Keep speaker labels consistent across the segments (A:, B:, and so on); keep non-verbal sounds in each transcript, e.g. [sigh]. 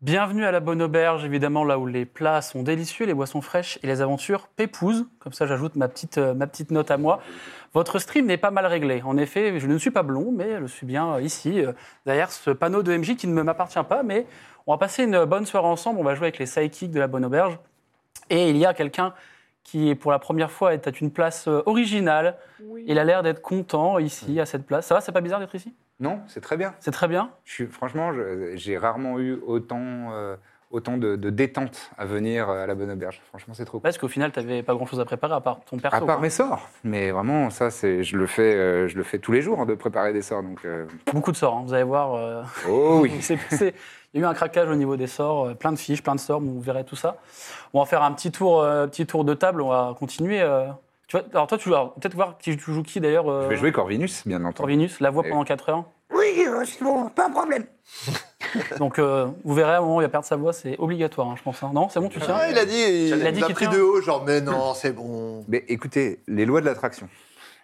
A: Bienvenue à la Bonne Auberge, évidemment, là où les plats sont délicieux, les boissons fraîches et les aventures pépousent. Comme ça, j'ajoute ma petite, euh, ma petite note à moi. Votre stream n'est pas mal réglé. En effet, je ne suis pas blond, mais je suis bien euh, ici, euh, derrière ce panneau de MJ qui ne me m'appartient pas. Mais on va passer une bonne soirée ensemble. On va jouer avec les psychics de la Bonne Auberge. Et il y a quelqu'un qui, pour la première fois, est à une place euh, originale. Il a l'air d'être content ici, à cette place. Ça va, c'est pas bizarre d'être ici
B: Non,
A: [laughs]
B: c'est très bien.
A: C'est très bien
B: Je suis, franchement, je- j'ai rarement eu autant, euh, autant de, de détente à venir euh, à la Bonne Auberge. Franchement, c'est trop cool.
A: Parce qu'au final, tu n'avais pas grand-chose à préparer à part ton perso.
B: À part
A: quoi.
B: mes sorts, mais vraiment, ça, c'est, je le fais, euh, je le fais tous les jours hein, de préparer des sorts. Donc, euh,
A: Beaucoup de sorts, hein. vous allez voir. euh,
B: oh
A: il [laughs]
B: oui.
A: s'est passé- Il y a eu un craquage au niveau des sorts, euh, plein de fiches, plein de sorts, vous verrez tout ça. On va faire un petit tour, euh, petit tour de table, on va continuer. euh. Tu vois, alors toi, tu vas peut-être voir qui tu joues qui d'ailleurs. euh,
B: Je vais jouer Corvinus, bien entendu.
A: Corvinus, la voix
C: Eh
B: Et-
A: pendant 4 heures.
B: Oui, euh, c'est bon, pas un problème.
A: Donc euh, vous verrez, à un moment où il va perdre sa voix, c'est obligatoire, hein, je pense. hein. Non, c'est bon, tu tiens
C: Ah, il a dit, il,
A: Il a dit
C: l'a
A: qu'il
C: pris
A: tient.
C: de haut, genre,
A: [laughs]
C: mais non, c'est bon.
B: Mais écoutez, les lois de l'attraction.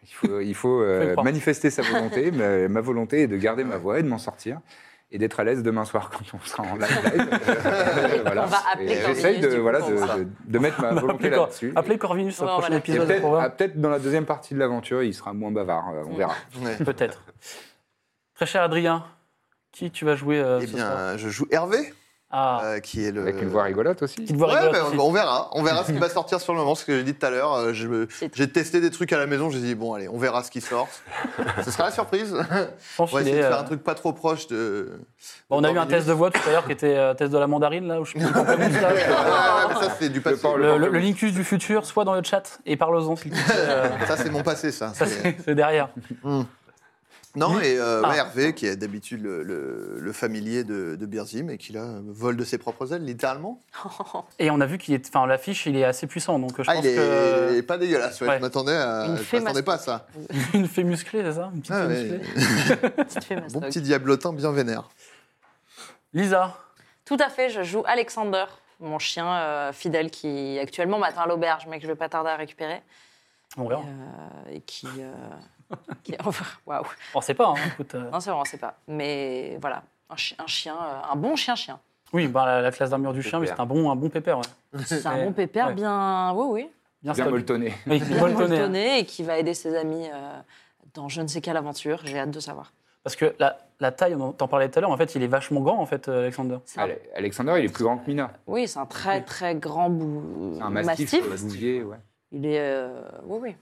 B: Il faut,
D: [laughs]
B: il faut, euh,
A: Faut y croire.
B: manifester sa volonté. ma, ma volonté est de garder ma voix et de m'en sortir. Et d'être à l'aise demain soir quand on sera en live.
D: [laughs]
B: Euh, voilà.
D: On va appeler
B: Et
D: Corvinus,
B: J'essaye de,
D: du coup,
B: voilà,
D: pour
B: de,
D: ça.
B: de- de
D: [laughs]
B: mettre ma volonté
A: Appelez, Cor-
B: là-dessus.
A: appelez Corvinus au
D: Ouais, on va
A: prochain
B: Et
A: épisode
B: peut-être
A: pour voir.
B: ah, peut-être dans la deuxième partie de l'aventure, il sera moins bavard. euh, On verra.
C: Ouais.
A: Peut-être. Très cher Adrien, qui tu vas jouer euh,
C: Eh
A: ce soir
C: bien, je joue Hervé,
A: Ah,
C: euh, qui est le.
B: Avec une voix rigolote aussi.
A: petite voix
C: Ouais,
A: rigolote
C: mais
A: aussi.
C: on, on verra. On
A: [laughs]
C: verra ce qui va sortir sur le moment, ce que j'ai dit tout à l'heure. euh, je me-
D: C'est-
C: J'ai testé des trucs à la maison, j'ai dit, bon, allez, on verra ce
A: [laughs]
C: qui sort. ce sera la surprise.
A: Je pense
C: On va
A: qu'il
C: essayer de
A: est,
C: faire
A: euh,
C: un truc pas trop proche de.
A: bon, on a eu un
C: Corvinus.
A: test de voix tout à l'heure qui était euh, test de la mandarine, là, où je
C: [laughs] Ouais, ouais, ouais, mais ça, c'est du passé.
B: porc-
A: Le, le, le Linkus du futur, soit dans le chat et parle-en s'il te plaît.
C: [laughs]
A: Euh,
C: Ça, c'est mon passé, ça.
A: ça,
C: C'est- Hmm.
A: c'est c'est derrière.
C: Non, et euh,
A: Ah.
C: ouais, Hervé, qui est d'habitude le, le- le familier de, de Birzim et qui là euh, vole de ses propres ailes, littéralement.
A: Et on a vu qu'il est. Enfin, l'affiche, il est assez puissant, donc euh, je
C: ah,
A: pense
C: il est il
A: que.
C: est pas dégueulasse, ouais,
A: Ouais.
C: je m'attendais à.
D: Une
C: Je
D: fée
C: m'attendais pas à ça.
A: [laughs] Une fée musclée, c'est ça Une petite
C: Ah,
A: fée
C: ouais.
A: musclée.
D: Petite fée
C: Bon
D: mastoc.
C: petit diablotin bien vénère.
A: Lisa,
D: Tout à fait, je joue Alexander, mon chien euh, fidèle qui actuellement m'attend à l'auberge, mais que je vais pas tarder à récupérer.
A: on verra.
D: Euh, et qui. euh, qui-
A: [laughs]
D: Waouh
A: On sait pas, hein, écoute. euh,
D: [laughs] Non, c'est vrai, on sait pas. Mais voilà, un, chi- un chien, euh, un bon chien-chien.
A: [laughs] Oui, bah, la, la classe d'armure du chien, mais
B: Pépère.
A: c'est un bon, un bon pépère, ouais.
D: C'est un
A: Ouais.
D: bon pépère
A: Ouais.
D: bien. Oui, oui.
A: Bien,
B: Bien
A: stock.
B: molletonné.
A: Oui,
D: Bien
A: molletonné, hein.
D: molletonné et qui va aider ses amis euh, dans je ne sais quelle aventure. J'ai hâte de savoir.
A: Parce que la, la taille, on en- t'en parlais tout à l'heure, en fait, il est vachement grand, en fait, euh, Alexander.
D: C'est un-
B: Ale- Alexander, il est plus grand que Mina.
D: Oui, c'est un très, très grand bou...
B: C'est un mastif.
D: mastif.
B: euh, bouvier, ouais.
D: Il est. euh, Oui, oui.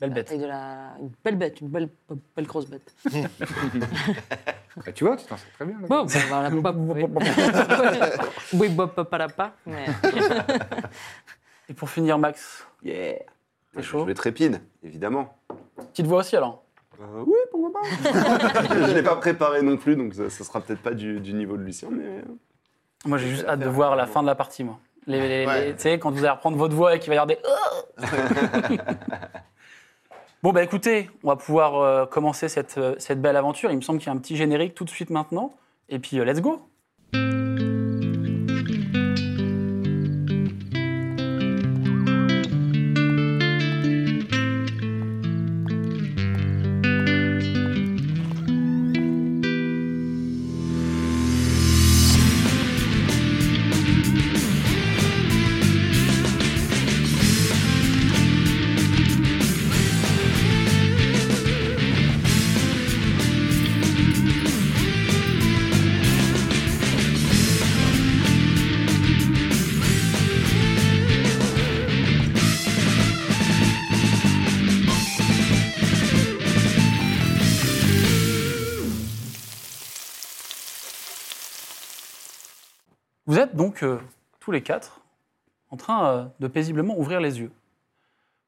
A: Belle
D: La
A: bête.
D: taille de la... Une belle bête, une belle, belle grosse bête.
B: Bah, tu vois, tu t'en sors très bien. là.
D: Bon, bah, voilà, pop,
E: [laughs]
A: [laughs]
D: oui. Oui, bop, pop, palapa, mais-
A: Et pour finir, Max,
E: Yeah.
A: T'es chaud
E: Ah, Je le trépide, évidemment.
A: petite voix aussi, alors.
E: [laughs] Euh, oui, pourquoi pas Je ne l'ai pas préparé non plus, donc ça, ça sera peut-être pas du, du niveau de Lucien, mais... euh.
A: Moi, j'ai juste hâte de voir la fin de la partie, moi. Les- les- les-
C: Ouais.
A: Tu sais, quand vous allez reprendre votre voix et qu'il va y avoir des. [laughs] bon, bah écoutez, on va pouvoir euh, commencer cette, euh, cette belle aventure. Il me semble qu'il y a un petit générique tout de suite maintenant. Et puis, euh, let's go! Vous êtes donc euh, tous les quatre en train euh, de paisiblement ouvrir les yeux.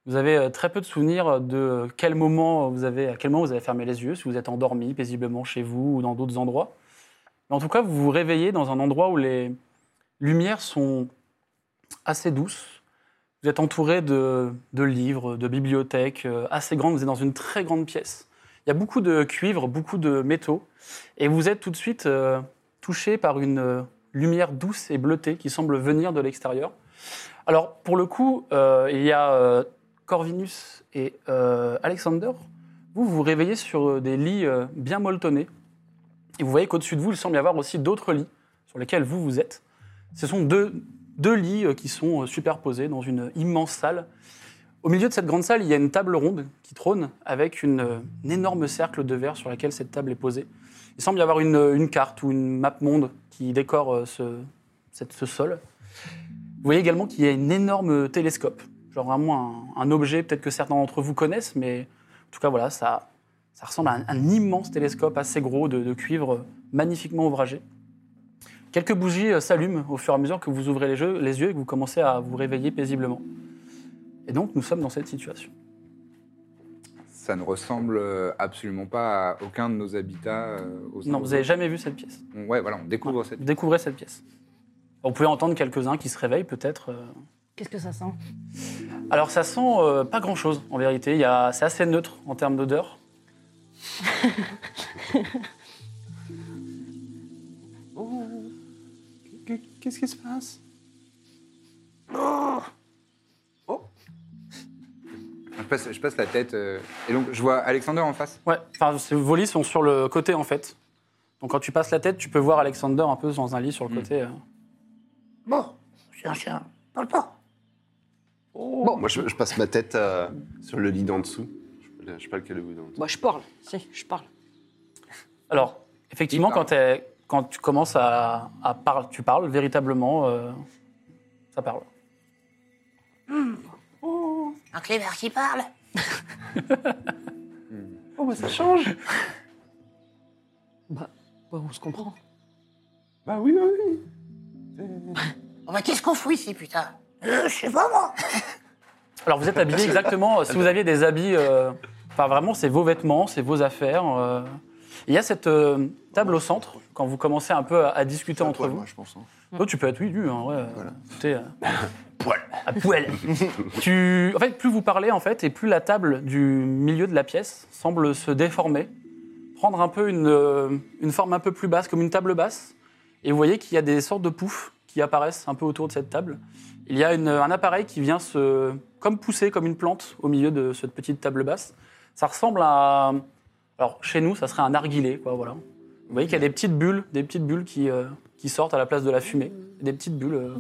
A: Vous avez euh, très peu de souvenirs de quel moment vous avez, à quel moment vous avez fermé les yeux, si vous êtes endormi paisiblement chez vous ou dans d'autres endroits. Mais en tout cas, vous vous réveillez dans un endroit où les lumières sont assez douces. Vous êtes entouré de, de livres, de bibliothèques euh, assez grandes. Vous êtes dans une très grande pièce. Il y a beaucoup de cuivre, beaucoup de métaux. Et vous êtes tout de suite euh, touché par une euh, lumière douce et bleutée qui semble venir de l'extérieur. Alors, pour le coup, euh, il y a euh, Corvinus et euh, Alexander. Vous vous réveillez sur euh, des lits euh, bien molletonnés. Et vous voyez qu'au-dessus de vous, il semble y avoir aussi d'autres lits sur lesquels vous vous êtes. Ce sont deux, deux lits euh, qui sont euh, superposés dans une immense salle. Au milieu de cette grande salle, il y a une table ronde qui trône avec une, euh, une énorme cercle de verre sur laquelle cette table est posée. Il semble y avoir une, euh, une carte ou une map monde qui décore euh, ce, cette- ce sol. Vous voyez également qu'il y a une énorme télescope, genre vraiment un, un objet peut-être que certains d'entre vous connaissent, mais en tout cas voilà, ça, ça ressemble à un, un immense télescope assez gros de, de cuivre euh, magnifiquement ouvragé. Quelques bougies euh, s'allument au fur et à mesure que vous ouvrez les, jeux- les yeux et que vous commencez à vous réveiller paisiblement. Et donc nous sommes dans cette situation.
B: Ça ne ressemble euh, absolument pas à aucun de nos habitats. euh, aux
A: Non,
B: uns aux
A: vous n'avez
B: autres.
A: jamais vu cette pièce.
B: On- Ouais, voilà, on découvre cette.
A: Vous découvrez cette pièce. Vous pouvez entendre quelques-uns qui se réveillent peut-être. euh,
D: Qu'est-ce que ça sent
A: Alors ça sent euh, pas grand-chose en vérité. Il y a- C'est assez neutre en termes d'odeur.
B: Qu'est-ce qui se passe je passe, je passe la tête. euh, et donc, je vois Alexander en face.
A: Ouais, enfin c'est- vos lits sont sur le côté en fait. Donc quand tu passes la tête, tu peux voir Alexander un peu dans un lit sur le côté. euh.
E: Bon,
F: Je suis un chien, parle pas.
E: Bon, moi je, je passe ma tête euh, sur le lit d'en dessous. Je, je sais pas lequel est vous d'en dessous.
D: Moi, Bah, je parle. Si, je parle.
A: Alors effectivement,
B: Il
A: quand, t'es- quand tu commences à, à parler, tu parles véritablement, euh, ça parle.
F: Un clébard qui parle.
E: Oh, bah ça change
D: on se comprend.
E: Bah oui, oui, oui.
F: Oh bah qu'est-ce qu'on fout ici, putain Euh, Je sais pas moi.
A: Alors vous êtes habillé exactement, euh, si vous aviez des habits, euh, enfin vraiment c'est vos vêtements, c'est vos affaires. euh. Il y a cette euh, table au centre, quand vous commencez un peu à, à discuter entre
C: Toi,
A: vous.
C: moi, je pense. hein.
A: Toi, tu peux être oui, nu, en vrai. T'es, euh, À poil. tu... En fait, plus vous parlez, en fait, et plus la table du milieu de la pièce semble se déformer, prendre un peu une, euh, une forme un peu plus basse, comme une table basse. Et vous voyez qu'il y a des sortes de poufs qui apparaissent un peu autour de cette table. Il y a une- un appareil qui vient se... comme pousser, comme une plante, au milieu de cette petite table basse. Ça ressemble à... Alors, chez nous, ça serait un narguilé, quoi, voilà. Vous voyez qu'il y a des petites bulles, des petites bulles qui, euh, qui sortent à la place de la fumée. Des petites bulles. euh.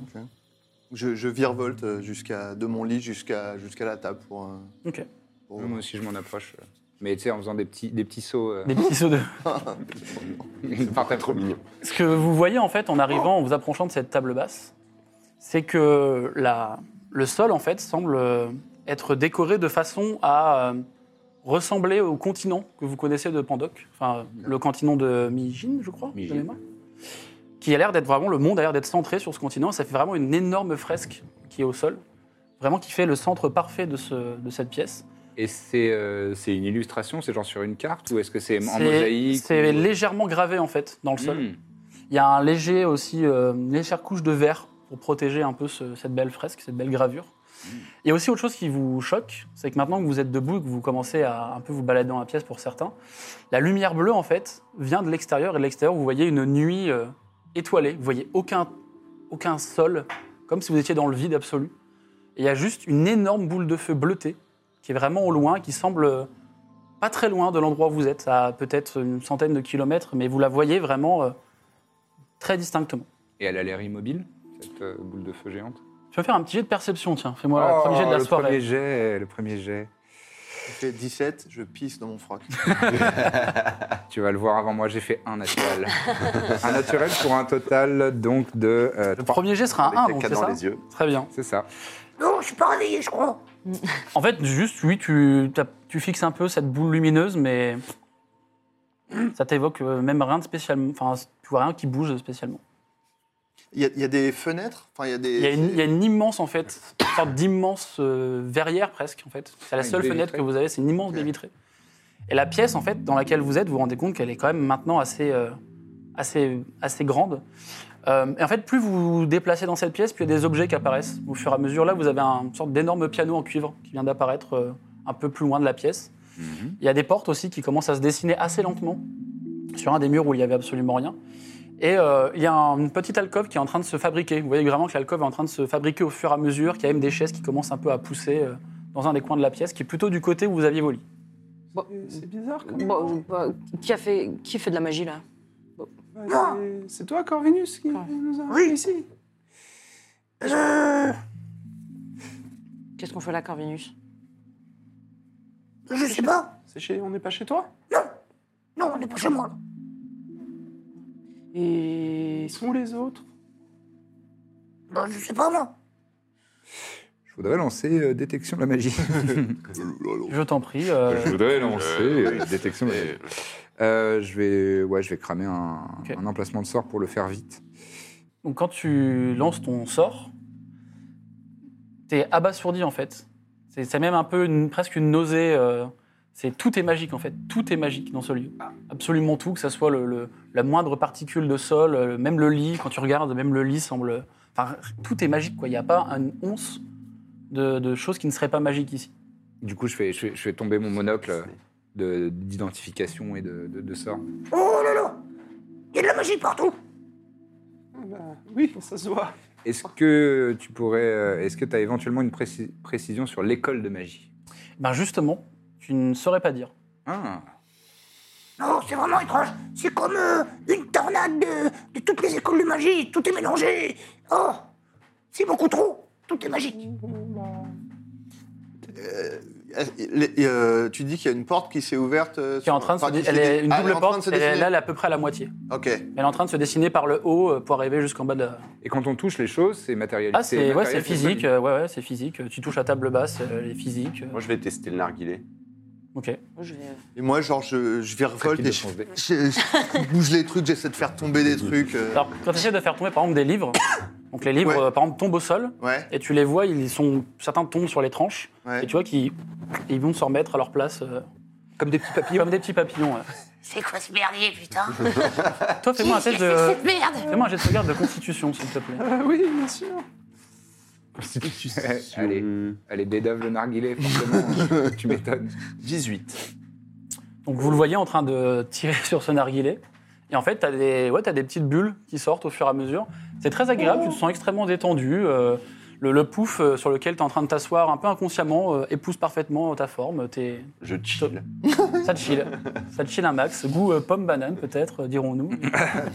C: Je, je virevolte euh, jusqu'à de mon lit jusqu'à jusqu'à la table pour. euh,
A: Ok.
C: pour
B: Moi aussi, je m'en approche. euh. Mais tu sais, en faisant des petits, des petits sauts. euh,
A: Des petits sauts de... [laughs]
B: [laughs] par terre.
E: Trop mignon.
A: Ce que vous voyez en fait en arrivant, en vous approchant de cette table basse, c'est que la- le sol en fait semble euh, être décoré de façon à euh, ressembler au continent que vous connaissez de Pandoc, enfin euh, le continent de Mijin, je crois, de
B: Mijin.
A: mémoire, qui a l'air d'être vraiment le monde a l'air d'être centré sur ce continent. Ça fait vraiment une énorme fresque qui est au sol, vraiment qui fait le centre parfait de, ce- de cette pièce.
B: Et c'est euh, c'est une illustration, c'est genre sur une carte ou est-ce que c'est en
A: C'est
B: mosaïque
A: c'est
B: ou- euh,
A: légèrement gravé en fait dans le sol.
B: Hmm.
A: Il y a un léger aussi, euh, une légère couche de verre pour protéger un peu ce- cette belle fresque, cette belle gravure. Il y a aussi autre chose qui vous choque, c'est que maintenant que vous êtes debout et que vous commencez à un peu vous balader dans la pièce pour certains, la lumière bleue en fait vient de l'extérieur et de l'extérieur vous voyez une nuit euh, étoilée, vous voyez aucun, aucun sol, comme si vous étiez dans le vide absolu. Et il y a juste une énorme boule de feu bleutée qui est vraiment au loin, qui semble euh, pas très loin de l'endroit où vous êtes, à peut-être une centaine de kilomètres, mais vous la voyez vraiment euh, très distinctement.
B: Et elle a l'air immobile, cette euh, boule de feu géante.
A: Tu peux faire un petit jet de perception, tiens. Fais-moi le
B: Oh,
A: premier jet de la
B: le
A: soirée.
B: Premier jet, le premier jet.
C: Je fais 17, je pisse dans mon froc.
B: Tu vas le voir avant moi, j'ai fait un naturel. [laughs] un naturel pour un total donc de euh,
A: Le
B: trois.
A: premier jet sera un 1,
E: Avec
A: donc
E: caca
A: c'est
E: dans
A: ah, ça
E: les yeux.
A: Très bien.
B: C'est ça.
F: Non, je suis pas réveillé, je crois.
A: En fait, juste, oui, tu, t'as- tu fixes un peu cette boule lumineuse, mais ça t'évoque euh, même rien de spécialement. Enfin, tu vois rien qui bouge spécialement.
C: Il y, a- il y a des fenêtres Enfin, il y a des.
A: Il y a une, il y a une immense, en fait, une sorte d'immense euh, verrière presque, en fait. C'est la
B: Ah, une
A: seule
B: baie
A: fenêtre
B: vitrée.
A: que vous avez, c'est une immense baie
C: Ok.
A: vitrée. Et la pièce, en fait, dans laquelle vous êtes, vous vous rendez compte qu'elle est quand même maintenant assez, euh, assez, assez grande. Euh, et en fait, plus vous vous déplacez dans cette pièce, plus il y a des objets qui apparaissent. Au fur et à mesure, là, vous avez un- une sorte d'énorme piano en cuivre qui vient d'apparaître euh, un peu plus loin de la pièce. Il y a des portes aussi qui commencent à se dessiner assez lentement sur un des murs où il n'y avait absolument rien. Et euh, il y a un- une petite alcôve qui est en train de se fabriquer. Vous voyez vraiment que l'alcôve est en train de se fabriquer au fur et à mesure, qu'il y a même des chaises qui commencent un peu à pousser euh, dans un des coins de la pièce, qui est plutôt du côté où vous aviez vos lits.
D: Bon,
E: C'est bizarre
D: bon, bah, qui, a fait, qui fait de la magie là
E: C'est toi, Corvinus, qui nous a
F: Oui.
E: ici.
F: Euh,
D: Qu'est-ce qu'on fait là, Corvinus
F: je sais pas.
E: C'est chez... On n'est pas chez toi
F: Non, on n'est pas chez moi.
E: Et sont les autres
F: Bah, je sais pas, moi.
B: Je voudrais lancer euh, détection de la magie. [laughs]
A: Je t'en prie. euh,
B: je voudrais lancer
G: Euh,
B: euh, détection de la magie.
G: Et-
B: Euh, je vais, ouais, je vais cramer un,
A: Ok.
B: un emplacement de sort pour le faire vite.
A: Donc quand tu lances ton sort, t'es abasourdi en fait. C'est c'est même un peu une- presque une nausée. euh, c'est tout est magique en fait. Tout est magique dans ce lieu. Absolument tout, que ça soit le, le- la moindre particule de sol, euh, même le lit. Quand tu regardes, même le lit semble. Enfin, tout est magique quoi. Il n'y a pas une once de, de choses qui ne seraient pas magiques ici.
B: Du coup, je fais, je fais, je fais tomber mon monocle de- d'identification et de, de, de sort.
F: Oh là là Il y a de la magie partout.
E: Oui, ça se voit.
B: Est-ce que tu pourrais, euh, est-ce que tu as éventuellement une préci- précision sur l'école de magie
A: Ben justement, tu ne saurais pas dire.
B: Ah,
F: Non, c'est vraiment étrange. C'est comme euh, une tornade de, de toutes les écoles de magie. Tout est mélangé. Oh, c'est beaucoup trop. Tout est magique.
C: Euh, Les- et, euh, tu dis qu'il y a une porte qui s'est ouverte. euh,
A: Qui est en
C: sur-
A: train de se
C: enfin, qui
A: dé-
C: s'est
A: elle est
C: dé-
A: une
C: Ah, elle
A: double
C: est en train de
A: porte.
C: se
A: Elle est,
C: dessiner.
A: là, elle est à peu près à la moitié.
C: Ok.
A: Elle est en train de se dessiner par le haut euh, pour arriver jusqu'en bas de la,
B: Et quand on touche les choses, c'est matériel.
A: Ah, c'est ouais, c'est
B: matériel,
A: physique,
B: solide.
A: euh, ouais, ouais, c'est physique. Tu touches à table basse, euh, elle est physique. euh,
E: Moi, je vais tester le narguilé.
A: Ok.
D: Moi, je vais- euh,
C: Et moi, genre, je, je virevolte
B: Rapide
C: et
B: de
C: je,
B: changer.
C: je- je bouge les trucs, j'essaie de faire tomber des trucs. euh,
A: Alors, quand tu essaies de faire tomber, par exemple, des livres, [coughs] donc les livres,
C: Ouais.
A: euh, par exemple, tombent au sol,
C: Ouais,
A: et tu les vois, ils sont, certains tombent sur les tranches,
C: ouais.
A: et tu vois qu'ils ils vont se remettre à leur place. euh,
B: Comme des petits
A: [laughs]
B: papillons.
A: comme des petits papillons. ouais.
B: [laughs]
F: C'est quoi ce merdier, putain
A: Toi, fais-moi un
F: Qui a
A: test
F: fait
A: de.
F: cette merde
A: Fais-moi un test de garde de constitution, s'il te plaît.
E: Ah oui, bien sûr.
B: Allez,
E: Allez.
B: allez, dédave le narguilé,
A: [laughs]
B: forcément. tu m'étonnes.
E: 18.
A: Donc, vous le voyez en train de tirer [laughs] sur ce narguilé. Et en fait, t'as des, ouais, t'as des petites bulles qui sortent au fur et à mesure. C'est très agréable, tu te sens extrêmement détendu. euh, le, le pouf euh, sur lequel tu es en train de t'asseoir un peu inconsciemment euh, épouse parfaitement ta forme. T'es,
E: Je chill.
A: Ça te chill. Ça te chill un max. Goût euh, pomme banane, peut-être, euh, dirons-nous.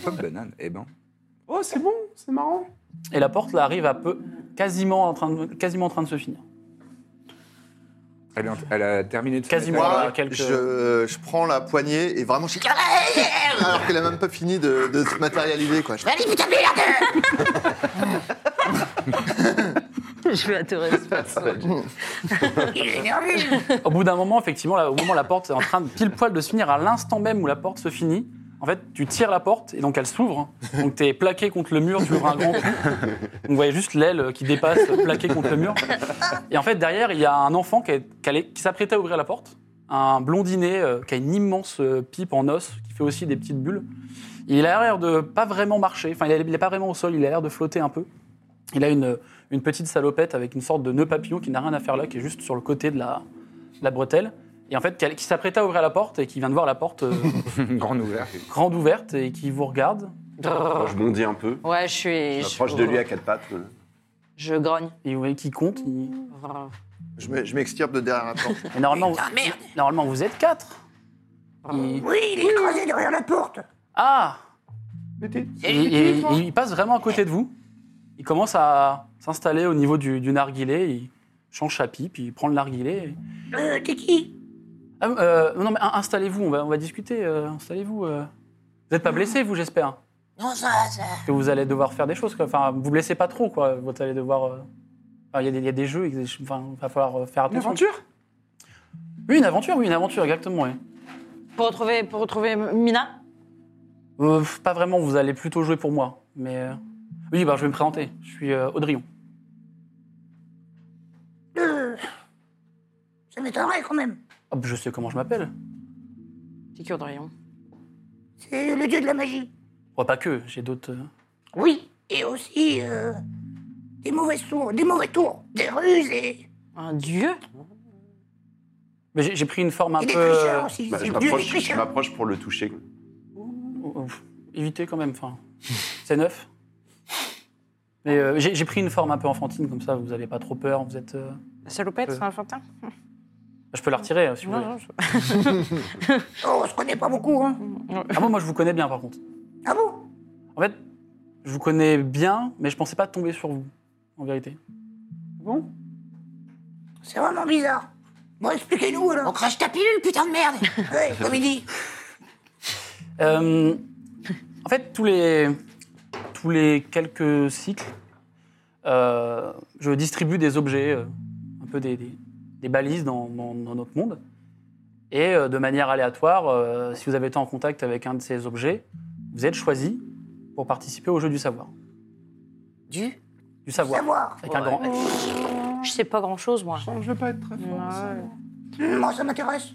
B: Pomme banane, eh ben.
E: Oh, c'est bon, c'est marrant.
A: Et la porte, là, arrive à peu. Quasiment en, train de, quasiment en train de se finir.
B: Elle, est en- elle a terminé de se
A: Quasiment.
B: mettre à-
A: Voilà,
C: Moi,
A: quelques-
C: je, je prends la poignée et vraiment, je [laughs] Alors qu'elle a même pas fini de, de se matérialiser, quoi. Je-
F: Allez, putain de merde
D: [laughs] Je vais adorer ce perso.
F: Il est énervé.
A: Au bout d'un moment, effectivement, là, au moment où la porte est en train de pile poil de se finir, à l'instant même où la porte se finit, en fait, tu tires la porte et donc elle s'ouvre. Donc t'es plaqué contre le mur, tu ouvres un grand trou. Donc, Vous voyez juste l'aile qui dépasse, euh, plaqué contre le mur. Et en fait, derrière, il y a un enfant qui, est- qui allait- qui s'apprêtait à ouvrir la porte. Un blondinet euh, qui a une immense euh, pipe en os, qui fait aussi des petites bulles. Il a l'air de pas vraiment marcher. Enfin, il a- il n'est pas vraiment au sol, il a l'air de flotter un peu. Il a une, une petite salopette avec une sorte de nœud papillon qui n'a rien à faire là, qui est juste sur le côté de la, de la bretelle. Et en fait, qui, qui s'apprête à ouvrir la porte et qui vient de voir la porte euh,
B: grande ouverte.
A: grande ouverte et qui vous regarde.
E: Alors, je bondis un peu.
D: [laughs] Ouais, je suis.
E: Je
D: je-
E: m'approche de lui à quatre pattes. euh.
D: Je grogne.
A: Et vous voyez qui compte. il-
C: Je me- je m'extirpe de derrière la porte.
A: Et normalement, vous,
F: Ah merde
A: normalement, vous êtes quatre. Il-
F: Oui, il est écrasé derrière la porte.
A: Ah
E: Mais t'es-
A: Et- et- et Il passe vraiment à côté de vous. Il commence à s'installer au niveau du, du narguilé. Il change sa pipe, il prend le narguilé. et-
F: Euh, t'es qui
A: Ah, euh, non, mais in- installez-vous, on va, on va discuter. euh, installez-vous. euh. Vous n'êtes pas blessé, vous, j'espère
F: Non, ça, ça...
A: que vous allez devoir faire des choses. quoi. Enfin, vous blessez pas trop, quoi. Vous allez devoir. euh, enfin, Il y, a des- il y a des jeux, il enfin, va falloir euh, faire
E: Une
A: attention.
E: aventure
A: Oui, une aventure, oui, une aventure, exactement. oui.
D: Pour retrouver, pour retrouver Mina
A: Euh, pff, pas vraiment, vous allez plutôt jouer pour moi. Mais. euh, Oui, bah, je vais me présenter. Je suis euh, Audrillon.
F: Euh, Ça m'étonnerait quand même.
A: Ah, bah, je sais comment je m'appelle.
D: Piqûre de rayon.
F: C'est le dieu de la magie.
A: Bon, Oh, pas que, j'ai d'autres. euh,
F: Oui. Et aussi euh, des mauvais tours, des mauvais tours, des ruses et,
D: Un dieu
A: Mais j'ai j'ai pris une forme un
F: et des
A: peu. euh,
F: tricheurs aussi.
E: Bah,
F: c'est
E: je
F: le dieu des
E: m'approche- Je
F: tricheurs.
E: m'approche pour le toucher.
A: Oh, oh, évitez quand même, enfin, [laughs] c'est neuf. Mais euh, j'ai j'ai pris une forme un peu enfantine, comme ça vous n'avez pas trop peur, vous êtes... euh,
D: La salopette,
A: Euh.
D: c'est un enfantin
A: Je peux la retirer, euh, si vous
D: Non,
A: voulez.
D: non, je-
F: Oh, on se connaît pas beaucoup, hein.
A: Ah bon, moi je vous connais bien par contre.
F: Ah bon
A: En fait, je vous connais bien, mais je pensais pas tomber sur vous. en vérité. Bon
F: C'est vraiment bizarre. Bon, expliquez-nous alors. On crache ta pilule, putain de merde. [laughs] ouais, comme il dit.
A: Euh, en fait, tous les, tous les quelques cycles, euh, je distribue des objets, euh, un peu des, des- des balises dans, dans- dans notre monde. Et euh, de manière aléatoire, euh, si vous avez été en contact avec un de ces objets, vous êtes choisi pour participer au jeu du savoir.
D: Du
A: Du savoir.
F: Savoir.
A: Avec un grand F.
D: Je sais pas grand chose, moi.
E: Je vais pas être très fort.
F: Hmm, Moi, ça m'intéresse.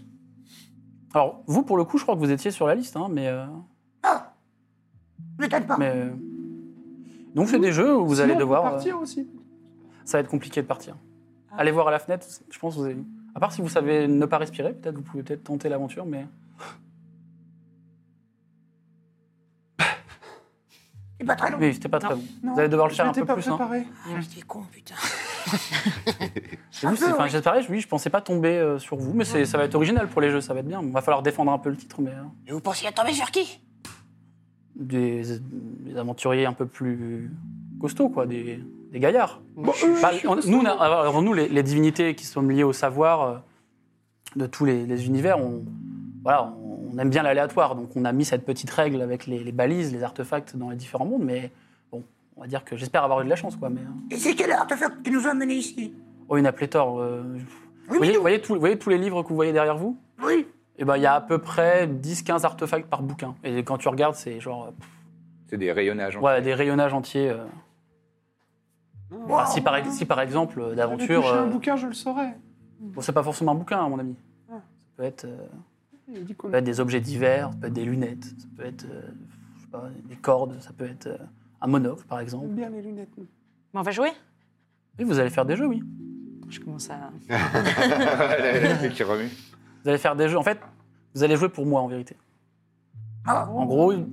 A: Alors, vous, pour le coup, je crois que vous étiez sur la liste, hein, mais. euh,
F: Ah Peut-être pas.
A: mais euh, Donc, c'est des jeux où vous allez devoir. euh,
E: partir aussi.
A: ça va être compliqué de partir.
F: Ah.
A: Allez voir à la fenêtre, je pense que vous avez... À part si vous savez ne pas respirer, peut-être vous pouvez peut-être tenter l'aventure, mais...
F: C'est pas très long.
A: Oui, c'était pas très bon. Vous allez devoir le faire un peu plus. hein.
F: Ah, C'est con, putain.
A: [laughs] Et vous, c'est-
F: peu,
A: enfin,
F: oui.
A: c'est pareil, oui, je pensais pas tomber euh, sur vous, mais c'est- ça va être original pour les jeux, ça va être bien. Il va falloir défendre un peu le titre, mais... euh,
F: Et vous pensiez à tomber sur qui
A: Des, des aventuriers un peu plus costauds, quoi, des, des gaillards.
E: Bon,
F: euh,
A: Bah, on- nous, on a- alors, nous les, les divinités qui sont liées au savoir euh, de tous les, les univers, on, voilà, on, on aime bien l'aléatoire. Donc on a mis cette petite règle avec les, les balises, les artefacts dans les différents mondes. Mais bon, on va dire que j'espère avoir eu de la chance. Quoi, mais, euh,
F: Et c'est quel artefact qui nous a amenés ici
A: oh, il y en a pléthore. euh, vous, voyez, vous voyez tous- vous voyez tous les livres que vous voyez derrière vous
F: Oui.
A: Eh ben, Il y a à peu près 10-15 artefacts par bouquin. Et quand tu regardes, c'est genre euh, pff,
B: C'est des rayonnages. en
A: ouais, des rayonnages entiers. euh. Enfin, si, par, ex- si par exemple, euh, d'aventure.
E: Oh. un
A: euh,
E: bouquin, je le saurais.
A: Bon, c'est pas forcément un bouquin, à mon ami.
E: Ah.
A: Ça peut être, euh,
E: Il dit
A: ça
E: qu'on
A: peut être des objets divers, ça peut être des lunettes, ça peut être euh, je sais pas, des cordes, ça peut être euh, un monocle, par exemple.
E: aime bien les lunettes. nous.
D: Mais on va jouer
A: Oui, vous allez faire des jeux, oui.
D: Je commence à...
B: fait.
G: [laughs]
B: qui remue.
A: Vous allez faire des jeux. En fait, vous allez jouer pour moi, en vérité.
F: Ah.
A: En gros, euh,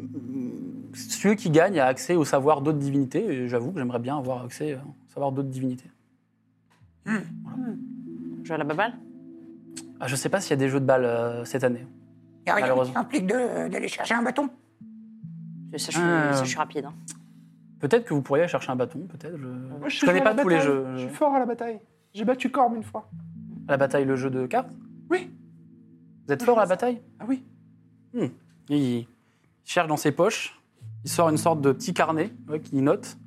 A: celui qui gagne a accès au savoir d'autres divinités, et j'avoue que j'aimerais bien avoir accès euh, au savoir d'autres divinités.
D: Jouer à la baballe
A: Ah, je sais pas s'il y a des jeux de balles euh, cette année.
F: Y a rien
A: Malheureusement.
F: qui implique de- euh, d'aller chercher un bâton.
D: Ça, je suis,
A: Ah.
D: ça, je suis rapide. hein.
A: Peut-être que vous pourriez aller chercher un bâton, peut-être. Je,
E: Moi,
A: je
E: sais
A: connais
E: jouer à
A: pas
E: la
A: tous les
E: bataille.
A: jeux.
E: Je suis fort à la bataille. J'ai battu Corme une fois.
A: À la bataille, le jeu de cartes
E: Oui.
A: Vous êtes fort à la bataille Hmm.
E: Ah oui.
A: Il cherche dans ses poches, il sort une sorte de petit carnet ouais, qu'il note.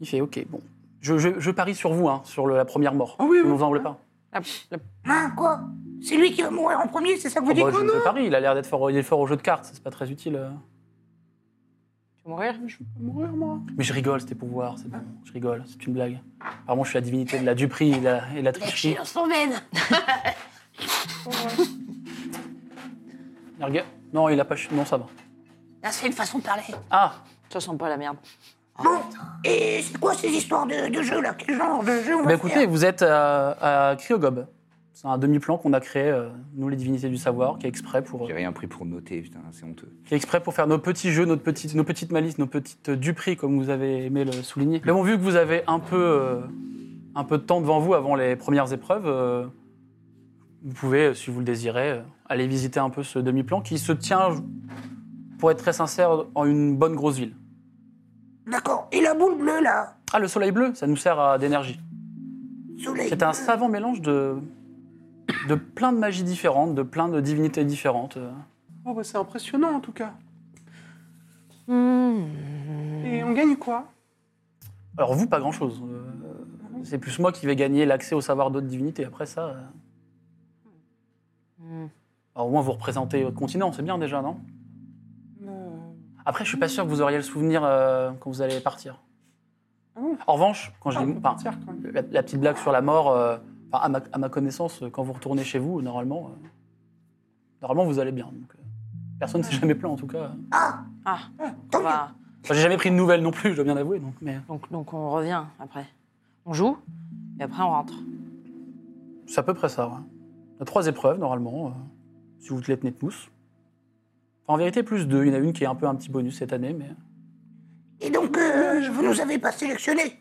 A: Il fait Ok, bon, je, je- je parie sur vous, hein, sur le- la première mort.
E: Ah oui,
A: Ne
E: oui.
A: vous en voulez pas.
D: La- la-
F: Hein, quoi C'est lui qui va mourir en premier, c'est ça que vous
A: Ah
F: dites
A: bah, je, je parie, il a l'air d'être fort, il est fort au jeu de cartes, c'est pas très utile. euh.
D: Tu veux mourir
E: Je vais pas mourir, moi.
A: Mais je rigole, c'était pour voir, c'est bon, je rigole, c'est une blague. Apparemment, je suis la divinité de la duperie et de la, et de la tricherie.
F: Chier, son veine.
A: Il regarde- Non, il a pas. ch- Non, ça va.
F: Là, c'est une façon de parler.
A: Ah
D: Ça sent pas la merde.
F: Bon, et c'est quoi ces histoires de, de jeux là Quel genre de jeu on va
A: Bah écoutez,
F: faire
A: vous êtes à, à Cryogob. C'est un demi-plan qu'on a créé, euh, nous les divinités du savoir, qui est exprès pour, euh,
B: J'ai rien pris pour noter, putain, c'est honteux.
A: qui est exprès pour faire nos petits jeux, notre petite, nos petites malices, nos petites duperies, comme vous avez aimé le souligner. Mais bon, vu que vous avez un peu, euh, un peu de temps devant vous avant les premières épreuves, euh, vous pouvez, euh, si vous le désirez, euh, aller visiter un peu ce demi-plan qui se tient, pour être très sincère, en une bonne grosse ville.
F: D'accord, et la boule bleue là
A: Ah, le soleil bleu, ça nous sert à d'énergie.
F: Soleil.
A: C'est un savant mélange de, de plein de magies différentes, de plein de divinités différentes. euh.
E: Oh, bah, c'est impressionnant, en tout cas. Et on gagne quoi
A: Alors vous, pas grand-chose. Euh, c'est plus moi qui vais gagner l'accès au savoir d'autres divinités. Après ça, euh,
D: Hmm.
A: alors au moins vous représentez votre continent, c'est bien déjà, non
E: Euh,
A: Après, je suis pas sûr que vous auriez le souvenir euh, quand vous allez partir.
E: Ah bon
A: En revanche, quand je
E: ah, on
A: dis...
E: peut
A: enfin,
E: partir, quand même.
A: la, la petite blague sur la mort, euh, enfin, à, ma, à ma connaissance, euh, quand vous retournez chez vous, normalement, euh, normalement vous allez bien. Donc, euh, personne ne s'est jamais plaint en tout cas.
F: Ah,
D: Ah,
F: tant
D: on
F: mieux.
D: va...
A: Enfin, J'ai jamais pris de nouvelles non plus, je dois bien avouer. Donc, mais
D: Donc, donc on revient après. On joue, et après on rentre.
A: c'est à peu près ça. ouais. Il y a trois épreuves normalement, euh, si vous te les tenez tous. Enfin, en vérité, plus deux. Il y en a une qui est un peu un petit bonus cette année, mais.
F: Et donc, euh, vous nous avez pas sélectionnés.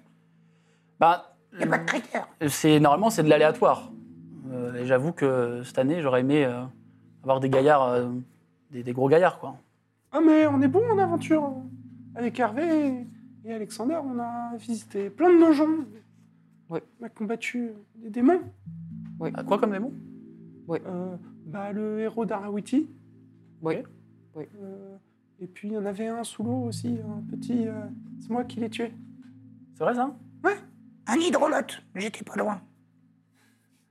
A: Bah,
F: Il a pas de critères.
A: c'est normalement c'est de l'aléatoire. Euh, et j'avoue que cette année j'aurais aimé euh, avoir des gaillards, euh, des, des gros gaillards quoi.
E: Ah, mais on est bon en aventure. Avec Hervé et- et,
G: Et Alexander, on a visité plein de donjons.
D: Oui.
G: On a combattu des démons.
A: Ah, Quoi comme démon
G: Euh, bah, le héros d'Arawiti.
D: Oui. Oui.
G: Euh, et puis, il y en avait un sous l'eau aussi, un petit... euh, C'est moi qui l'ai tué.
A: C'est vrai ça
F: Un hydrolote, j'étais pas loin.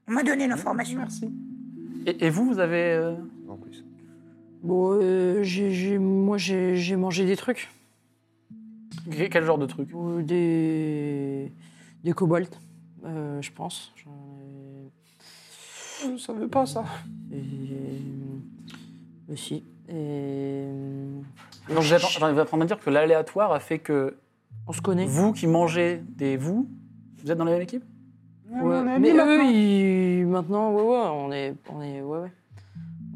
F: On m'a donné
E: Ah,
F: l'information.
G: Merci.
A: et, et vous, vous avez. euh,
C: En plus.
D: Bon, euh, j'ai- j'ai- moi j'ai j'ai mangé des trucs.
A: quel genre de truc
D: Ou des, des kobolds, euh, je pense. J'en
G: Je savais pas ça.
D: ai- et- Aussi. Et...
A: Donc, vous êtes en- enfin, vous êtes en train de me dire que l'aléatoire a fait que
D: On se connaît.
A: vous qui mangez des vous, vous êtes dans la même équipe
G: Ouais,
D: Ouais.
G: on est
D: Mais
G: amis maintenant.
D: eux, ils- maintenant, ouais, ouais, on est, on est, ouais, ouais.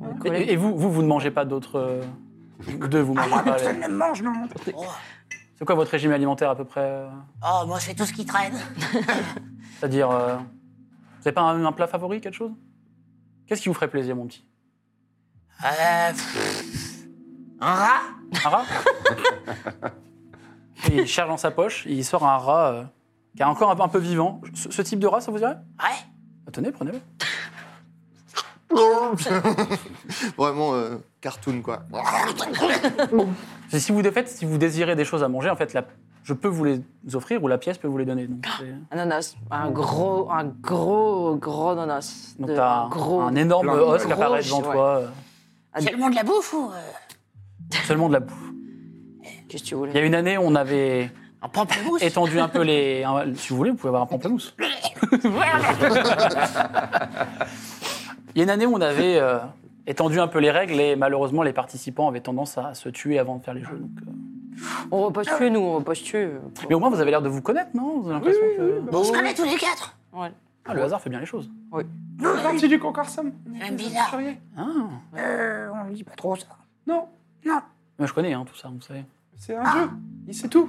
D: On est
A: Et,
D: collègues.
A: et vous, vous, vous ne mangez pas d'autres. euh, Deux, vous
F: Ah,
A: mangez
F: moi,
A: pas.
F: personne
A: [laughs] les-
F: ne me mange, non
A: Oh. C'est quoi votre régime alimentaire à peu près euh,
F: Oh, moi, c'est tout ce qui traîne.
A: C'est-à-dire. euh, vous n'avez pas un, un plat favori, quelque chose Qu'est-ce qui vous ferait plaisir, mon petit
F: Euh, pff, un rat
A: Un rat [laughs] Il cherche dans sa poche, il sort un rat euh, qui est encore un, un peu vivant. Ce, ce type de rat, ça vous dirait
F: Ouais.
A: Ah, Tenez, prenez-le.
C: Vraiment euh, cartoon, quoi.
A: Si- Si vous, de fait, si vous désirez des choses à manger, en fait, la- je peux vous les offrir ou la pièce peut vous les donner. Donc,
F: Ah,
A: c'est-
D: Ananas, un gros, un gros, gros ananas.
A: donc
D: De-
A: t'as un,
D: gros.
A: un énorme
B: plein de
A: os qui
D: gros,
A: apparaît devant
D: ouais.
A: toi, euh,
F: C'est le monde de la bouffe ou euh,
A: seulement de la bouffe.
D: Qu'est-ce que tu
A: Il y
D: voulais
A: a une année, on avait
F: un pamplemousse
A: étendu un peu les... un- si vous voulez, vous pouvez avoir un
F: [laughs]
A: pamplemousse. Il y a une année où on avait euh, étendu un peu les règles et malheureusement, les participants avaient tendance à se tuer avant de faire les jeux. donc, euh.
D: On va pas se tuer, nous, on va pas se tuer.
A: Mais au moins, vous avez l'air de vous connaître, non Vous avez l'impression que...
F: On se connaît tous les quatre.
D: Ouais.
A: Ah, le hasard fait bien les choses.
F: Nous,
G: On est parti du Concorsum. On est
F: Un
G: des
F: bizarre.
G: aventuriers.
A: Ah,
F: euh, on ne dit pas trop ça.
G: Non,
A: moi, je connais hein, tout ça, vous savez.
G: c'est un jeu. Il sait tout.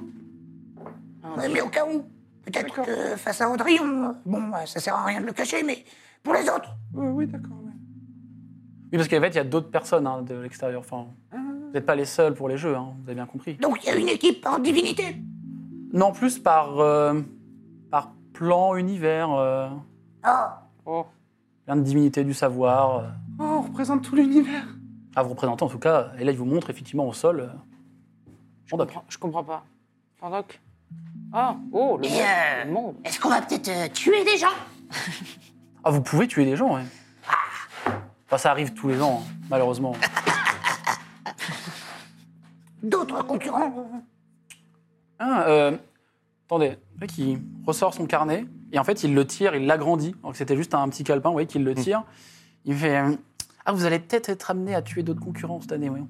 F: Ouais, mais au cas où, peut-être
G: D'accord.
F: que face à Audrey, on... Bon, euh, ça sert à rien de le cacher, mais pour les autres,
G: Oui, oui, d'accord. ouais.
A: Oui, parce qu'en fait, il y a d'autres personnes hein, de l'extérieur. Enfin,
F: Euh.
A: vous n'êtes pas les seuls pour les jeux, hein, vous avez bien compris.
F: donc il y a une équipe par divinité.
A: Non, en plus par, euh, par plan univers, euh,
F: Ah,
D: Oh.
A: plein de divinités du savoir. euh.
G: Oh, on représente tout l'univers.
A: à vous représenter en tout cas. Et là, il vous montre effectivement au sol. euh,
D: Je
A: Pandoc.
D: comprends, je comprends pas. Pandoc Ah, oh, le
F: Et, euh,
D: monde. le monde.
F: est-ce qu'on va peut-être euh, tuer des gens
A: Ah, vous pouvez tuer des gens, ouais. Enfin, ça arrive tous les ans, hein, malheureusement.
F: D'autres concurrents
A: Ah, euh, attendez, le mec, il ressort son carnet et en fait, il le tire, il l'agrandit. Alors que c'était juste un petit calepin, vous voyez, qu'il le tire. Il fait euh, Ah, vous allez peut-être être amené à tuer d'autres concurrents cette année, voyons.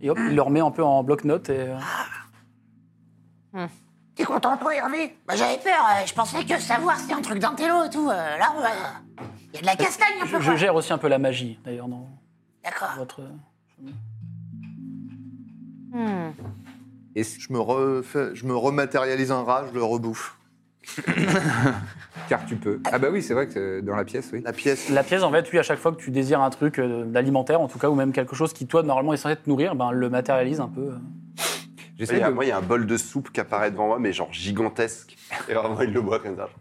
A: Et hop, il le remet un peu en bloc-notes et. euh,
F: T'es content, toi, Hervé
H: Bah, j'avais peur, euh, je pensais que savoir c'est un truc d'intello et tout. euh, là, on va. Il y a de la castagne
F: Ah,
H: un
A: je,
H: peu.
A: Euh, je
H: quoi.
A: gère aussi un peu la magie, d'ailleurs, dans
H: D'accord.
A: votre.
D: Hmm.
B: Est-ce
C: Je me, refais- je me rematérialise un rat, je le rebouffe.
B: car tu peux Ah bah oui, c'est vrai que euh, dans la pièce, oui.
C: La pièce.
A: La pièce, en fait, oui, à chaque fois que tu désires un truc euh, d'alimentaire, en tout cas, ou même quelque chose qui, toi, normalement, est censé te nourrir, ben, le matérialise un peu. euh.
E: Il
B: J'essaie
E: y a-
B: de...
E: Moi, il y a un bol de soupe qui apparaît devant moi, mais genre gigantesque. Et vraiment, il le boit comme ça.
A: ah.